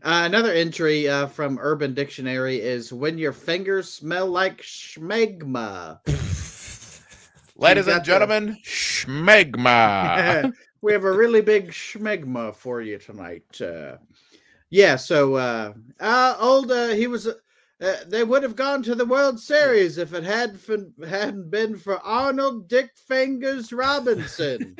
B: another entry uh, from Urban Dictionary is when your fingers smell like schmegma.
C: Ladies and
B: got the-
C: gentlemen, schmegma.
B: we have a really big schmegma for you tonight. Uh, yeah, so uh, uh, old uh, he was. Uh, uh, they would have gone to the World Series if it had fin- hadn't been for Arnold Dick Fingers Robinson.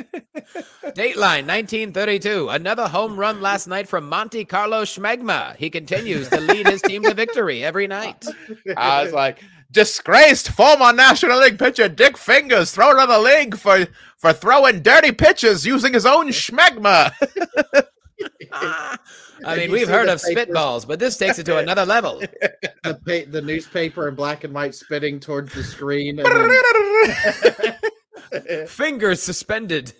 A: Dateline 1932. Another home run last night from Monte Carlo Schmegma. He continues to lead his team to victory every night.
C: I was like, disgraced former National League pitcher Dick Fingers thrown out of the league for for throwing dirty pitches using his own schmegma.
A: I
B: Have
A: mean,
B: you
A: we've
B: seen
A: heard
B: the
A: of
B: papers?
A: spitballs, but this takes it to another level.
B: the, pa- the newspaper in black and white spitting towards the screen. and then-
A: Fingers suspended.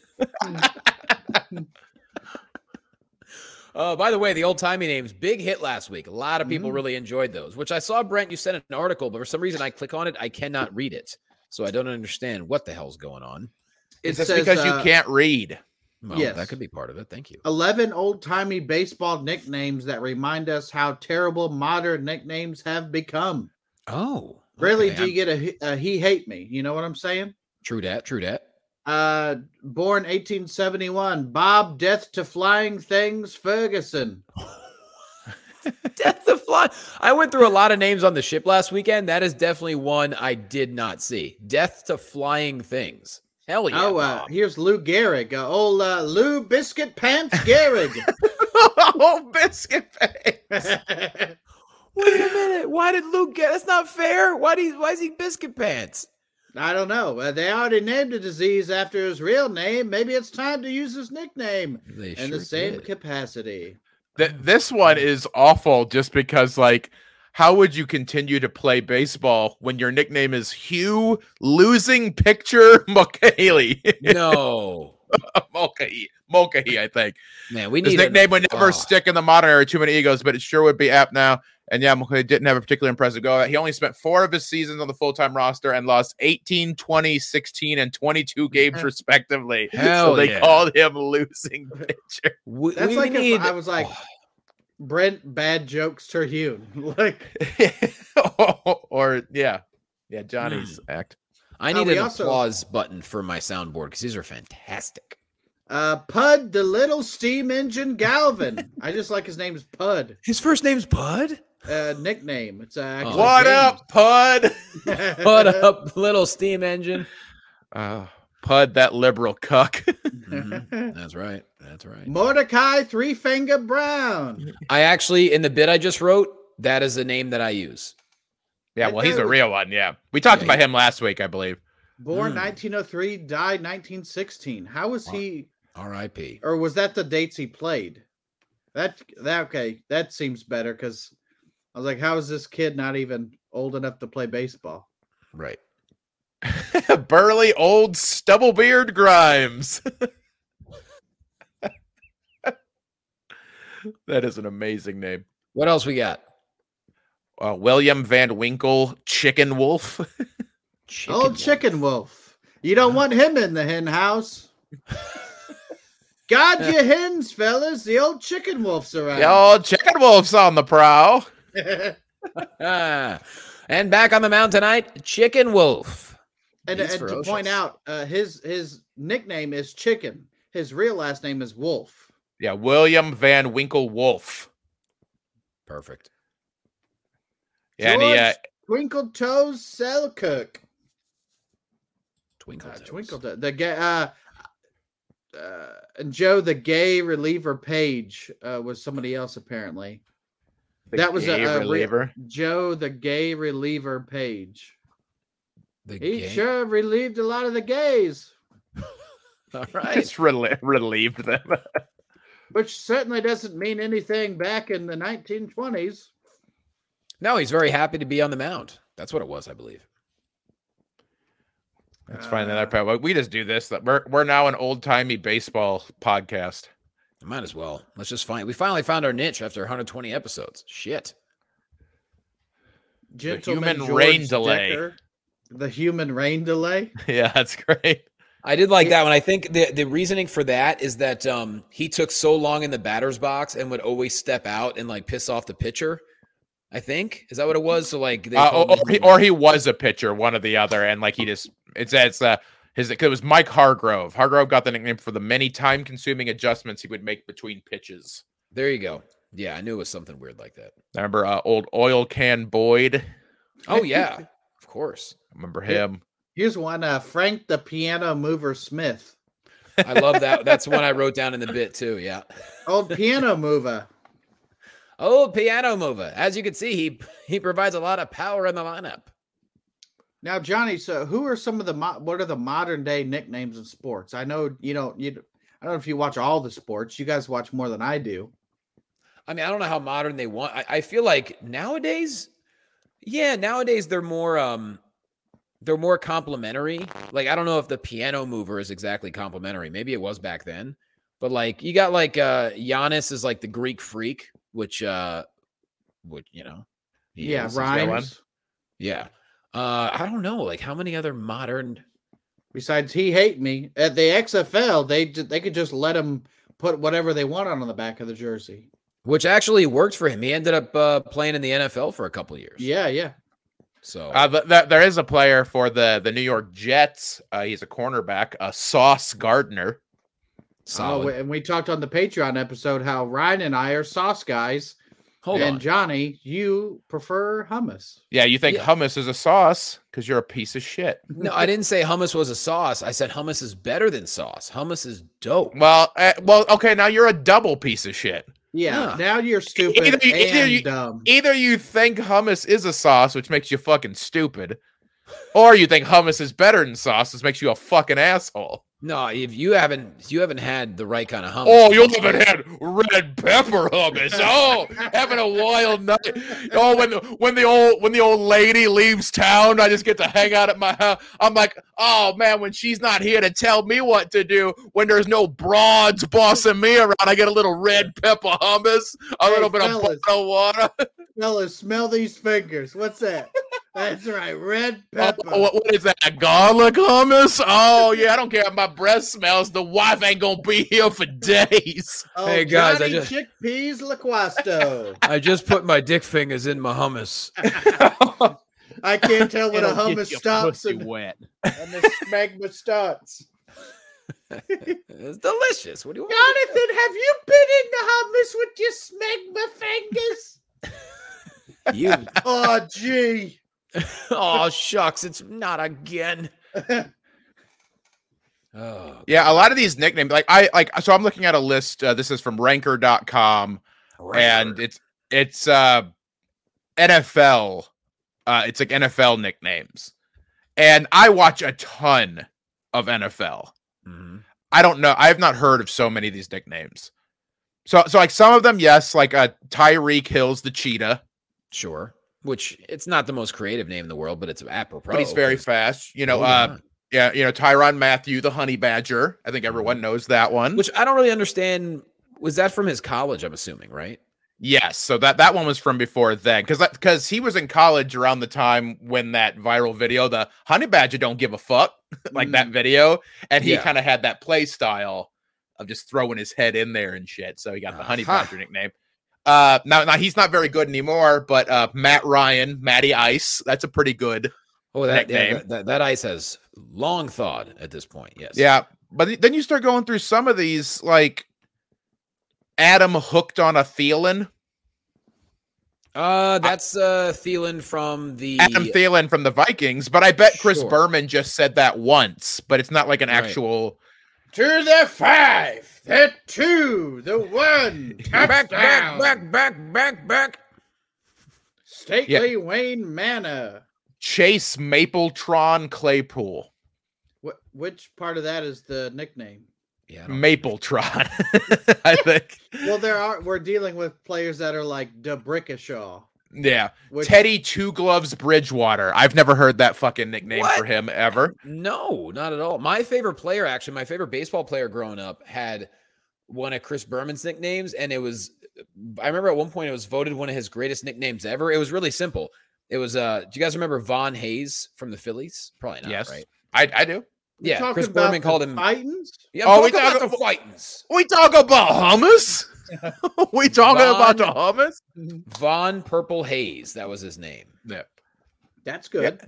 A: Oh, by the way, the old timey names, big hit last week. A lot of people really enjoyed those, which I saw, Brent, you sent an article, but for some reason I click on it. I cannot read it. So I don't understand what the hell's going on.
B: it
C: Is this
B: says,
C: because
B: uh,
C: you can't read?
A: Well,
B: Yes.
A: That could be part of it. Thank you.
B: 11 old timey baseball nicknames that remind us how terrible modern nicknames have become.
A: Oh.
B: Really,
A: okay,
B: do
A: I'm-
B: you get a, he- a he hate me? You know what I'm saying?
A: True dat, true dat.
B: Uh, born 1871, Bob Death to Flying Things Ferguson.
A: Oh, Death the Fly. I went through a lot of names on the ship last weekend. That is definitely one I did not see. Death to flying things. Hell yeah.
B: oh, uh,
A: Bob.
B: here's Lou Gehrig, uh, old uh, Lou Biscuit Pants Gehrig.
C: oh, biscuit face.
A: Wait a minute. Why did Luke get that's not fair? Why do you, why is he biscuit pants?
B: I don't know. Uh, they already named a disease after his real name. Maybe it's time to use his nickname
A: They
B: in the same capacity.
C: Th- this one is awful just because, like, how would you continue to play baseball when your nickname is Hugh Losing Picture Mulcahy?
A: No.
C: Mulcahy. Mulcahy, I think.
A: Man, we
C: His
A: need
C: nickname would never
A: wow.
C: stick in the modern era. Too many egos, but it sure would be apt now. And yeah, McClay didn't have a particularly impressive go. He only spent four of his seasons on the full time roster and lost 18, 20, 16, and
A: Mm-hmm.
C: 22 games respectively.
A: Hell
C: so they
A: yeah.
C: called him losing pitcher.
A: we,
B: That's
A: we
B: like
A: need Oh.
B: if I was like, Brent, bad jokes Terhune. like,
C: or, yeah. Yeah, Johnny's act.
A: I
B: Oh,
A: need
B: we
A: an
B: also-
A: applause button for my soundboard because these are fantastic.
B: uh, Pud the little steam engine Galvin. I just like his name's Pud.
A: His first name's Bud?
B: Uh, nickname. It's uh, actually
A: Oh,
C: What up, Pud?
B: James.
A: Bud up, little steam engine.
C: Uh, Pud, that liberal cuck.
A: Mhm. That's right. That's right.
B: Mordecai Three Finger Brown.
A: I actually, in the bit I just wrote, that is the name that I use.
C: yeah,
B: Right
C: well, he's
B: there
C: a
B: was-
C: real one. Yeah. We talked
A: Yeah,
C: about
A: yeah.
C: him last week, I believe.
B: Born
A: Mm.
B: 1903, died 1916. How was
A: Wow.
B: he,
A: R.I.P.
B: or was that the dates he played? That that okay, that seems better because I was like, how is this kid not even old enough to play baseball?
A: Right.
C: Burly old stubblebeard Grimes. that is an amazing name.
A: What else we got?
C: Uh, William Van Winkle, Chicken Wolf.
A: Chicken
B: Old chicken wolf. You don't want him in the hen house. Guard your hens, fellas. The old chicken wolf's around.
C: the old Chicken Wolf's on the prowl.
A: Ah. and back on the mound tonight, Chicken Wolf.
B: and
A: He's
B: and to
A: ferocious.
B: point out, uh, his his nickname is Chicken. His real last name is Wolf.
C: Yeah, William Van Winkle Wolf.
A: Perfect.
C: Yeah, and he, uh,
B: Twinkle Toes Selkirk.
A: Twinkle.
B: Uh,
A: Toes.
B: Twinkle Toes. The gay. Uh, uh, and Joe, the gay reliever Page, uh, was somebody else apparently.
C: the
B: that was a-
C: gay
B: a re-
C: reliever.
B: Joe, the gay reliever Page.
A: The
B: He
A: game.
B: sure relieved a lot of the gays,
A: All
C: I
A: right.
C: just rel- relieved them.
B: which certainly doesn't mean anything back in the 1920s.
A: No, he's very happy to be on the mound. That's what it was, I believe.
C: Let's find
B: Ah.
C: another part. We just do this. That We're we're now an old timey baseball podcast.
A: Might as well. Let's just find. We finally found our niche after 120 episodes. Shit.
B: Gentleman
C: human
B: George
C: rain delay.
B: Decker. The human rain delay.
C: Yeah, that's great.
A: I did like
B: It-
A: that one. I think the the reasoning for that is that um he took so long in the batter's box and would always step out and like piss off the pitcher. I think is that what it was. So like, they
C: Uh,
A: called
C: or, or
A: him-
C: he, or he was a pitcher, one or the other, and like he just it's it's uh his it was Mike Hargrove. Hargrove got the nickname for the many time consuming adjustments he would make between pitches.
A: there you go. Yeah, I knew it was something weird like that.
C: I remember uh, old oil can Boyd.
A: Oh yeah, of course.
C: I remember
B: Yeah.
C: him.
B: Here's one uh, Frank the Piano Mover Smith.
A: I love that. That's one I wrote down in the bit too. Yeah.
B: Old piano mover.
A: Oh, piano mover. As you can see, he he provides a lot of power in the lineup.
B: Now, Johnny, so who are some of the mo- what are the modern day nicknames in sports? I know you don't you I don't know if you watch all the sports. You guys watch more than I do.
A: I mean, I don't know how modern they want. I, I feel like nowadays, yeah, nowadays they're more um they're more complimentary. Like I don't know if the piano mover is exactly complimentary. Maybe it was back then. But like you got like uh Giannis is like the Greek freak, which uh which you know he
B: Yeah,
A: is, he's got
C: one.
B: rhymes.
A: Yeah. Uh I don't know like how many other modern
B: Besides, he hate me at the XFL. They ju- they could just let him put whatever they want on, on the back of the jersey.
A: which actually worked for him. He ended up uh playing in the NFL for a couple of years.
B: Yeah, yeah.
A: So
C: Uh, th- th- there is a player for the the New York Jets. Uh, he's a cornerback, uh, Sauce Gardner.
B: Oh,
A: solid.
B: we- and we talked on the Patreon episode how Ryan and I are sauce guys,
A: Hold
B: and
A: on.
B: Johnny, you prefer hummus.
C: Yeah, you think
A: Yeah.
C: hummus is a sauce because you're a piece of shit.
A: No, I didn't say hummus was a sauce. I said hummus is better than sauce. Hummus is dope.
C: Well, uh, well, okay. Now you're a double piece of shit.
B: Yeah,
A: Yeah.
B: now you're stupid
C: Either- either
B: and
C: you- e-,
B: dumb.
C: Either you think hummus is a sauce, which makes you fucking stupid, or you think hummus is better than sauce, which makes you a fucking asshole.
A: No, if you haven't if you haven't had the right kind of hummus.
C: Oh, you haven't had red pepper hummus. Oh, having a wild night. Oh, when the when the old when the old lady leaves town, I just get to hang out at my house. I'm like, oh man, when she's not here to tell me what to do, when there's no broads bossing me around, I get a little red pepper hummus, a
B: Hey,
C: little bit
B: fellas.
C: of bottled water.
B: Fellas, smell these fingers. What's that? That's right, red
C: Oh,
B: pepper.
C: what- what is that? Garlic hummus? Oh yeah, I don't care if my breath smells. The wife ain't gonna be here for days.
B: Oh,
A: Hey, guys, I
B: Johnny
A: just-
B: chickpeas liquasto.
A: I just put my dick fingers in my hummus.
B: I can't tell when a
C: It'll get
B: hummus
C: your
B: stops
C: pussy
B: and,
C: wet.
B: and the smegma starts.
A: It's delicious. What do you want?
B: Jonathan, have you been in the hummus with
A: You
B: your smegma fingers? oh, gee.
A: Oh shucks, it's not again. Oh.
C: Yeah, a lot of these nicknames, like I like, so I'm looking at a list. Uh, this is from Ranker.com, and it's it's uh NFL. Uh, it's like NFL nicknames, and I watch a ton of NFL.
A: Mhm.
C: I don't know. I have not heard of so many of these nicknames. So, so like some of them, yes, like uh, Tyreek Hill's the cheetah,
A: sure. Which it's not the most creative name in the world, but it's apropos.
C: but he's very
A: 'cause-
C: fast. You know,
A: Hold
C: uh,
A: on.
C: yeah, you know Tyron Matthew, the honey badger. I think everyone knows that one.
A: which I don't really understand. Was that from his college? I'm assuming, right?
C: Yes, so that that one was from before then, because because he was in college around the time when that viral video, the honey badger don't give a fuck, like that video, and he
A: Mm-hmm. Yeah.
C: kind of had that play style of just throwing his head in there and shit. So he got the honey
A: Uh-huh.
C: badger nickname. Uh, now now he's not very good anymore, but uh, Matt Ryan, Matty Ice, that's a pretty good
A: Oh, that, yeah,
C: Nickname.
A: that, that that ice has long thawed at this point. Yes.
C: Yeah, but th- then you start going through some of these like Adam hooked on a Thielen,
A: Uh, that's uh Thielen from the
C: Adam Thielen from the Vikings. But I bet Chris
A: Sure.
C: Berman just said that once, but it's not like an
A: Right.
C: actual.
B: To the five, the two, the one. Touchdown.
A: back back back back back back.
B: Stately Wayne Manor.
C: Chase Mapletron Claypool.
B: What? Which part of that is the nickname?
A: Yeah. I don't-
C: Mapletron. I think.
B: Well, there are. We're dealing with players that are like Debrickashaw.
C: Yeah.
B: Which,
C: Teddy Two Gloves Bridgewater. I've never heard that fucking nickname for
A: What?
C: him ever.
A: No, not at all. My favorite player, actually, my favorite baseball player growing up had one of Chris Berman's nicknames, and it was I remember at one point it was voted one of his greatest nicknames ever. It was really simple. It was uh do you guys remember Von Hayes from the Phillies? Probably not,
C: Yes.
A: right?
C: I, I do.
B: We're
A: Yeah,
B: talking
A: Chris
B: about
A: Berman
B: the
A: called him
B: Titans.
A: Yeah,
C: Oh, we
A: talk about
C: talking
A: the Fightins.
C: We talk about hummus. we talking about the hummus.
A: Von Purple Hayes, that was his name.
B: That's good.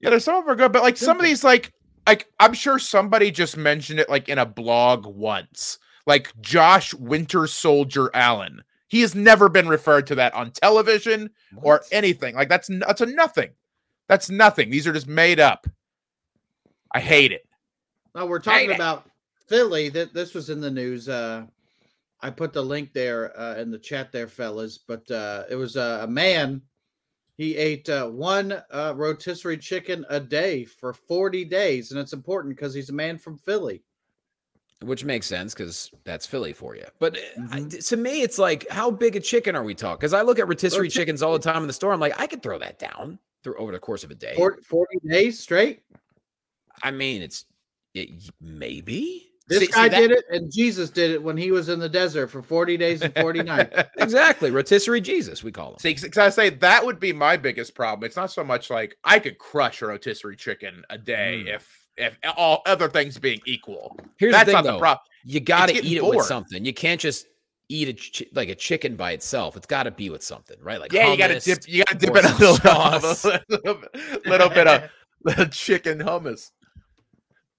C: Yeah, there's some of them are good, but like some of
B: Simple.
C: these, like like I'm sure somebody just mentioned it like in a blog once, like Josh Winter Soldier Allen. He has never been referred to that on television or anything. Like that's n- that's a nothing. That's nothing. These are just made up. I hate it.
B: No, we're talking
A: Hate it.
B: about Philly. That this was in the news. Uh, I put the link there uh, in the chat there, fellas. But uh, it was uh, a man. He ate uh, one uh, rotisserie chicken a day for 40 days, and it's important because he's a man from Philly.
A: which makes sense because that's Philly for you. But uh, I-
C: Mm-hmm.
A: to me, it's like, how big a chicken are we talking? Because I look at rotisserie
B: Rotisserie.
A: chickens all the time in the store. I'm like, I could throw that down through over the course of a day.
B: Fort- 40 days straight.
A: I mean, it's it, y- maybe
B: This
A: See- see
B: guy
A: that-
B: did it, and Jesus did it when he was in the desert for 40 days and 40 nights.
A: exactly rotisserie Jesus. We call him.
C: See, because I say that would be my biggest problem. It's not so much like I could crush a rotisserie chicken a day
A: Mm.
C: if if all other things being equal.
A: Here's
C: that's
A: the
C: not
A: thing,
C: the
A: though.
C: problem.
A: you got to
C: getting
A: eat it
C: bored.
A: with something. You can't just eat a chi- like a chicken by itself. It's got to be with something, right? Like
C: yeah, you gotta
A: hummus.
C: dip. You gotta dip
A: or
C: it a
A: some
C: little, hummus,
A: sauce.
C: a little, bit- little bit of little chicken hummus.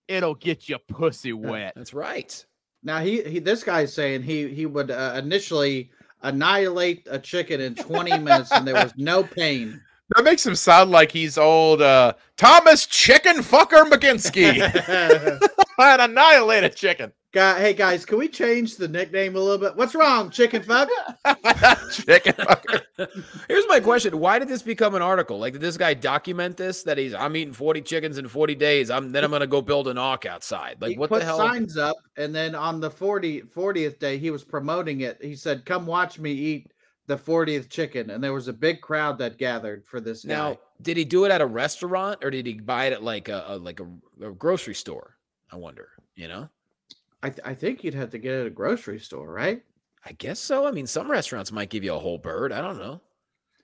C: It'll get your pussy wet.
A: That's right.
B: Now he, he this guy's saying he he would uh, initially annihilate a chicken in 20 minutes and there was no pain.
C: That makes him sound like he's old uh, Thomas Chicken Fucker McGinsky.
B: God,
C: I'd annihilate a chicken.
B: hey guys, can we change the nickname a little bit? What's wrong, chicken fuck?
C: chicken fucker.
A: Here's my question: Why did this become an article? Like, did this guy document this? That he's I'm eating 40 chickens in 40 days. I'm then I'm gonna go build an ark outside. Like,
B: he
A: what
B: put
A: the hell?
B: signs up and then on the 40 40th day he was promoting it. He said, "Come watch me eat the 40th chicken." And there was a big crowd that gathered for this
A: now,
B: guy.
A: did he do it at a restaurant or did he buy it at like a, a like a, a grocery store? I wonder. You know,
B: I th- I think you'd have to get it at a grocery store, right?
A: I guess so. I mean, some restaurants might give you a whole bird. I don't know.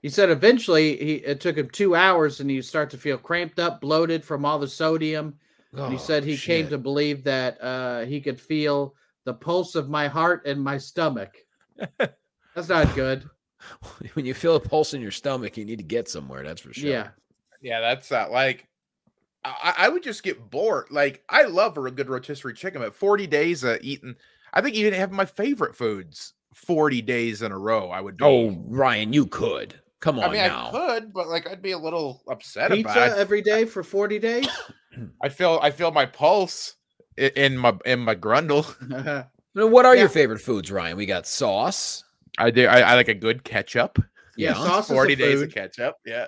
B: He said eventually he it took him two hours and he start to feel cramped up, bloated from all the sodium. And he
A: Oh,
B: said he came
A: shit.
B: to believe that uh, he could feel the pulse of my heart and my stomach. That's not good.
A: when you feel a pulse in your stomach, you need to get somewhere. That's for sure.
B: Yeah.
C: Yeah, that's not like. I, I would just get bored. Like I love a good rotisserie chicken, but forty days uh, eating. I think you'd have my favorite foods forty days in a row. I would. do.
A: Oh, Ryan, you could come on
C: I mean,
A: now.
C: I could, but like I'd be a little upset about
B: Pizza
C: it.
B: every day for 40 days?
C: I feel I feel my pulse i- in my in my grundle.
A: Now, What are
B: Yeah.
A: your favorite foods, Ryan? We got sauce.
C: I do. I, I like a good ketchup.
B: yeah,
A: Yeah.
B: sauce
C: Forty
B: is a
C: days
B: food.
C: of ketchup. Yeah.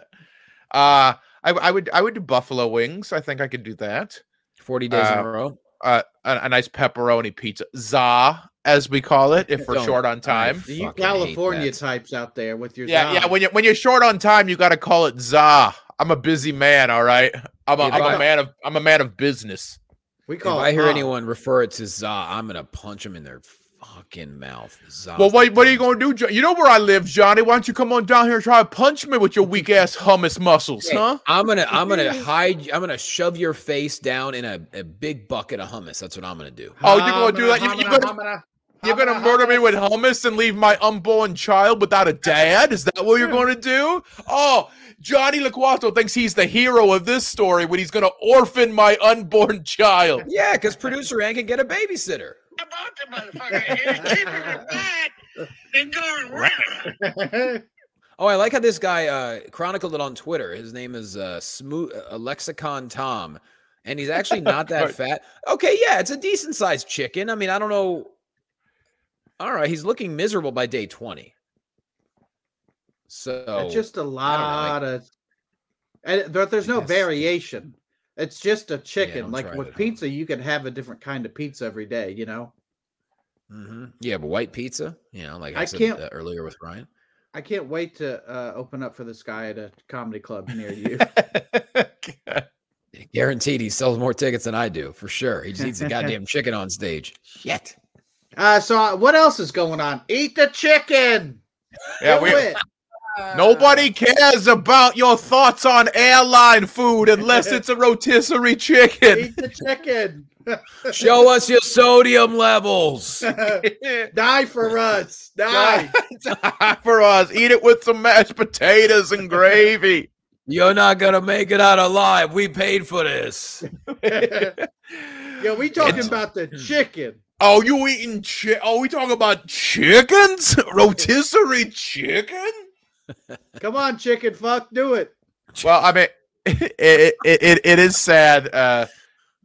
C: Uh I, w- I would I would do buffalo wings. I think I could do that.
A: 40 days in
C: Uh,
A: a row.
C: Uh, a, a nice pepperoni pizza, za as we call it, if we're
A: Don't.
C: short on
A: I
C: time.
A: fucking
B: You
A: hate
B: California
A: that.
B: types out there with your
C: Yeah, yeah.
B: dime.
C: When you when you're short on time, you got to call it za. I'm a busy man. All right. I'm a,
A: If
C: I'm
A: I-
C: a man of I'm a man of business.
B: we
A: If
B: call it
A: I hear
B: pop.
A: anyone refer it to za, I'm gonna punch him in their fucking mouth.
C: Well, what, what are you going to do? Jo- You know where I live, Johnny. Why don't you come on down here and try to punch me with your weak ass hummus muscles, huh?
A: I'm gonna I'm gonna hide I'm gonna shove your face down in a, a big bucket of hummus. That's what I'm gonna do.
C: Oh, you're going to do that? You,
B: Hamina,
C: you're going
B: hamina,
C: you're gonna
B: hamina,
C: murder me
B: hamina.
C: with hummus and leave my unborn child without a dad? Is that what you're going to do? Oh, Johnny Laquato thinks he's the hero of this story when he's going to orphan my unborn child.
A: Yeah, because producer Ann can get a babysitter.
D: about the motherfucker. It's cheaper to buy it than going round.
A: Oh, I like how this guy uh, chronicled it on Twitter. His name is uh, Smo- uh, Lexicon Tom, and he's actually not that
C: Right.
A: fat. Okay, yeah, it's a decent sized chicken. I mean, I don't know. All right, he's looking miserable by day twenty. So Oh.
B: It's just a lot of, and there, there's no
A: Yes.
B: variation. It's just a chicken.
A: don't
B: like
A: try
B: with
A: that.
B: pizza, you can have a different kind of pizza every day. You know,
A: Mhm. yeah, but white pizza, you know, like I,
B: I
A: said
B: can't-
A: uh, earlier with Ryan.
B: I can't wait to uh, open up for this guy at a comedy club near you.
A: Guaranteed, he sells more tickets than I do for sure. He just eats a goddamn chicken on stage. Shit.
B: uh, so, uh, what else is going on? Eat the chicken.
C: yeah,
B: Do
C: we,
B: it.
C: Nobody cares about your thoughts on airline food unless it's a rotisserie chicken.
B: Eat the chicken.
A: Show us your sodium levels.
B: Die for us. Die.
C: For us, eat it with some mashed potatoes and gravy.
A: You're not gonna make it out alive. We paid for this.
B: Yo, we talking about the chicken.
C: Oh, you eating? Chi- oh, we talking about chickens? Rotisserie chicken?
B: Come on, chicken. Fuck, do it.
C: Well, I mean, it it, it, it is sad uh,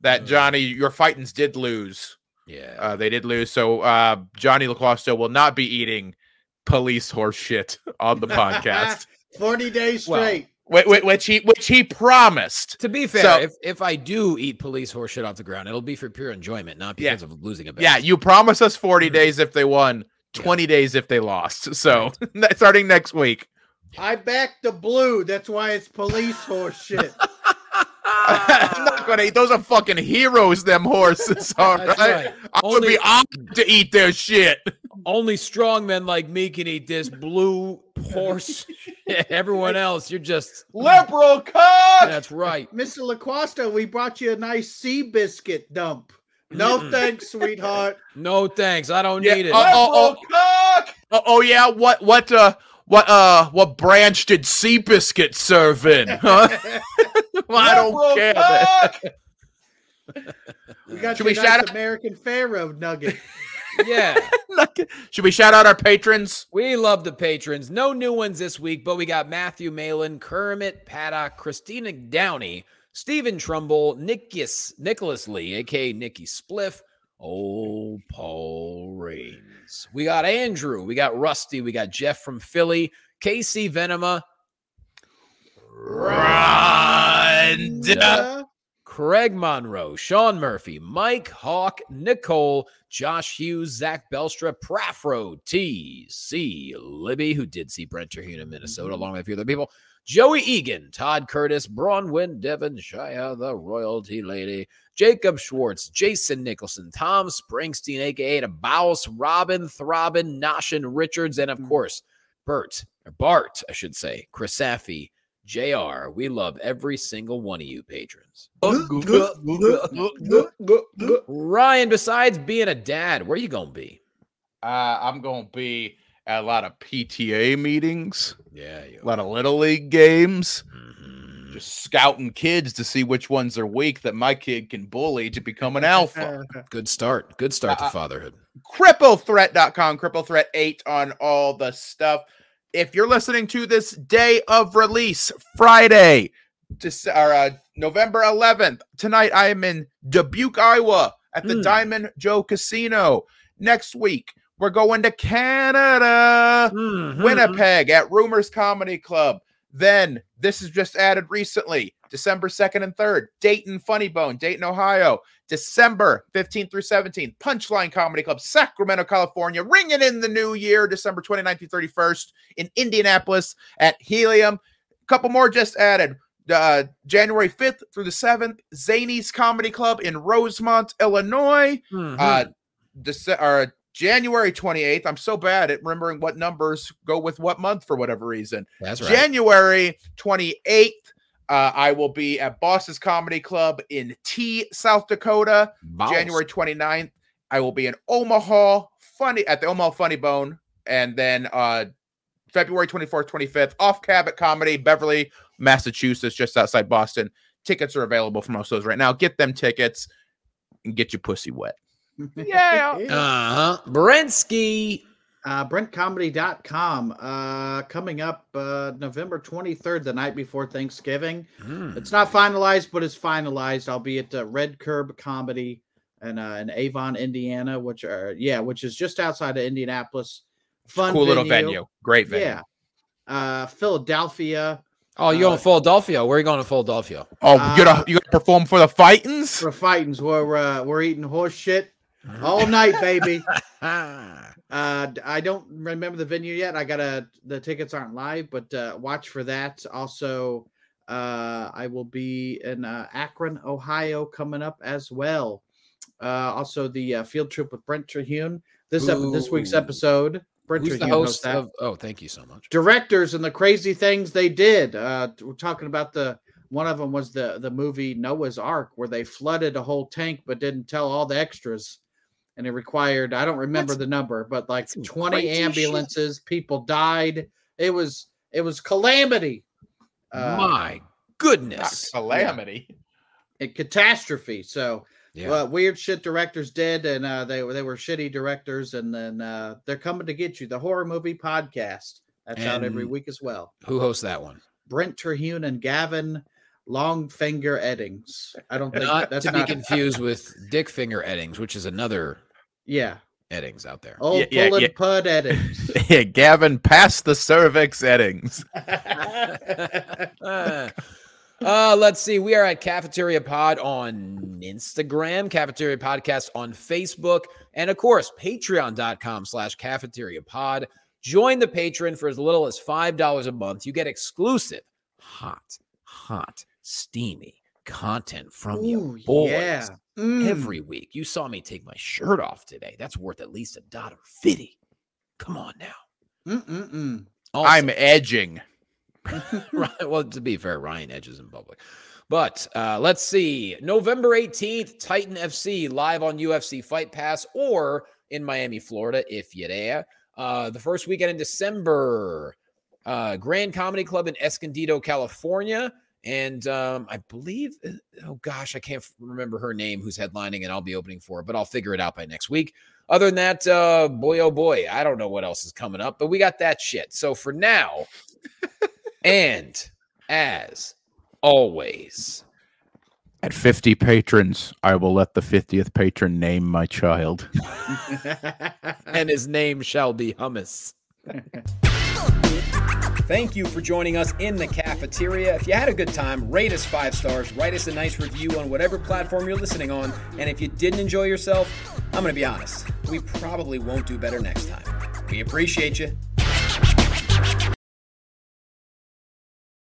C: that Johnny your fightins did lose.
A: Yeah.
C: Uh, they did lose, so uh, Johnny Laquasto will not be eating police horse shit on the podcast,
B: Forty days
A: Well,
B: straight.
C: which, which he which he promised.
A: To be fair,
C: So-
A: if, if I do eat police horse shit off the ground, it'll be for pure enjoyment, not
C: Yeah.
A: because of losing a bet.
C: Yeah, you promised us 40 days if they won, 20 days if they lost. So starting next week.
B: I backed the blue. That's why it's police horse shit.
C: I'm not gonna eat those are fucking heroes, them horses. All right.
A: That's right.
C: I would
A: Only-
C: be honored to eat their shit.
A: Only strong men like me can eat this blue horse. shit. Everyone else, you're just
C: Liberal cock!
A: that's right.
B: Mr. LaQuasta, we brought you a nice sea biscuit dump. No thanks, sweetheart.
A: No thanks. I don't
C: Yeah,
A: need it.
C: uh, oh, oh, oh, oh, yeah, what what uh what uh what branch did Seabiscuit serve in? Huh? Well, I don't care.
B: We got
C: Should
B: you
C: we
B: a nice
C: shout out-
B: American Pharaoh nugget.
C: uh,
A: yeah.
C: Should we shout out our patrons?
A: We love the patrons. No new ones this week, but we got Matthew Malin, Kermit Paddock, Christina Downey, Stephen Trumbull, Nickus, Nicholas Lee, aka Nikki Spliff, old Paul Reigns. We got Andrew, we got Rusty, we got Jeff from Philly, Casey Venema,
C: Run.
B: Uh,
A: Craig Monroe, Sean Murphy, Mike Hawk, Nicole, Josh Hughes, Zach Belstra, Prafro, T.C. Libby, who did see Brent Terhune in Minnesota, along with a few other people, Joey Egan, Todd Curtis, Bronwyn Devonshire, the royalty lady, Jacob Schwartz, Jason Nicholson, Tom Springsteen, aka the Bouse, Robin Throbbin, Noshin Richards, and of course, Bert, or Bart, I should say, Chris Safi, JR. We love every single one of you patrons. Ryan, besides being a dad, where you gonna be?
C: Uh, I'm gonna be at a lot of PTA meetings,
A: Yeah,
C: a lot of little league games,
A: Mm-hmm.
C: just scouting kids to see which ones are weak that my kid can bully to become an
B: Uh,
C: alpha.
A: good start. Good start to
C: Uh,
A: fatherhood.
C: CrippleThreat.com, CrippleThreat8 on all the stuff. If you're listening to this day of release, Friday, Dec- or, uh, November 11th, tonight I am in Dubuque, Iowa at the
A: Mm.
C: Diamond Joe Casino. Next week, we're going to Canada. Mm-hmm,
B: Mm-hmm.
C: Winnipeg at Rumors Comedy Club. Then this is just added recently, December 2nd and 3rd, Dayton Funny Bone, Dayton, Ohio, December 15th through 17th, Punchline Comedy Club, Sacramento, California, ringing in the new year, December 29th through 31st in Indianapolis at Helium. A couple more just added. Uh, January 5th through the 7th, Zany's Comedy Club in Rosemont, Illinois.
A: Mhm.
C: Uh, Dece- or January 28th. I'm so bad at remembering what numbers go with what month for whatever reason.
A: That's right.
C: January 28th, uh, I will be at Boss's Comedy Club in T, South Dakota.
A: Mouse.
C: January 29th, I will be in Omaha Funny at the Omaha Funny Bone. And then uh, February 24th, 25th, off cab at Comedy, Beverly, Massachusetts, just outside Boston. Tickets are available for most of those right now. Get them tickets and get your pussy wet. Yeah.
A: Uh huh. Brensky.
B: uh, brentcomedy.com uh, coming up uh, november 23rd the night before thanksgiving it's not finalized but it's finalized i'll be at uh, red curb comedy and uh, in avon indiana which are yeah which is just outside of indianapolis fun
C: cool little venue. Great venue.
B: yeah uh, philadelphia
A: Oh, you're
B: Uh,
A: going to Philadelphia. Where are you going to Philadelphia?
C: Oh, you gonna you gonna perform for the fightings?
B: for fightings we're uh, we're eating horse shit
A: Mm-hmm.
B: all night baby
A: Ah.
B: Uh, d- I don't remember the venue yet. I gotta. The tickets aren't live, but uh, watch for that. Also, uh, I will be in uh, Akron, Ohio, coming up as well. Uh, also, the uh, field trip with Brent Trehune. This ep- this week's
A: Ooh.
B: episode. Brent
A: Who's the
B: Trehune
A: host
B: hosts that.
A: of? Oh, thank you so much.
B: directors and the crazy things they did. Uh, t- we're talking about the one of them was the the movie Noah's Ark, where they flooded a whole tank but didn't tell all the extras, and it required I don't remember the number, but like
A: that's some
B: twenty
A: crazy shit.
B: ambulances. People died. It was it was calamity, uh,
A: My goodness.
C: Ah, Calamity.
B: a catastrophe. So
A: Yeah.
B: well, weird shit directors did, and uh, they were- they were shitty directors, and then uh, they're coming to get you. The horror movie podcast that's out every
A: And-
B: week as well.
A: Who hosts that one?
B: Brent Terhune and Gavin Longfinger Eddings. I don't think
A: Not
B: that's
A: to
B: not.
A: be confused with Dick Finger Eddings, which is another
B: yeah,
A: Eddings out there.
B: old
C: yeah,
B: pull and
C: yeah.
B: pud Eddings.
C: Yeah, Gavin, pass the cervix settings.
B: Oh.
A: uh, uh, let's see. We are at Cafeteria Pod on Instagram, Cafeteria Podcast on Facebook, and of course, patreon.com slash cafeteria pod. Join the patron for as little as $5 a month. You get exclusive, hot, hot, steamy content from you.
B: Ooh,
A: Boys.
B: yeah. Mm.
A: Every week. You saw me take my shirt off today. That's worth at least a dollar fifty. Come on now.
B: Mm-mm-mm.
A: Also-
C: I'm edging.
A: Right, well, to be fair, Ryan edges in public. But uh, let's see. November 18th, Titan FC live on UFC Fight Pass or in Miami, Florida, if you're there. Uh, the first weekend in December, uh, Grand Comedy Club in Escondido, California. And um, I believe, oh gosh, I can't f- remember her name who's headlining and I'll be opening for, it, but I'll figure it out by next week. Other than that, uh, boy, oh boy, I don't know what else is coming up, but we got that shit. So for now, and as always,
C: At 50 patrons, I will let the 50th patron name my child.
B: mm,
A: and his name shall be Hummus. Thank you for joining us in the cafeteria. If you had a good time, rate us five stars, write us a nice review on whatever platform you're listening on. And if you didn't enjoy yourself, I'm going to be honest, we probably won't do better next time. We appreciate you.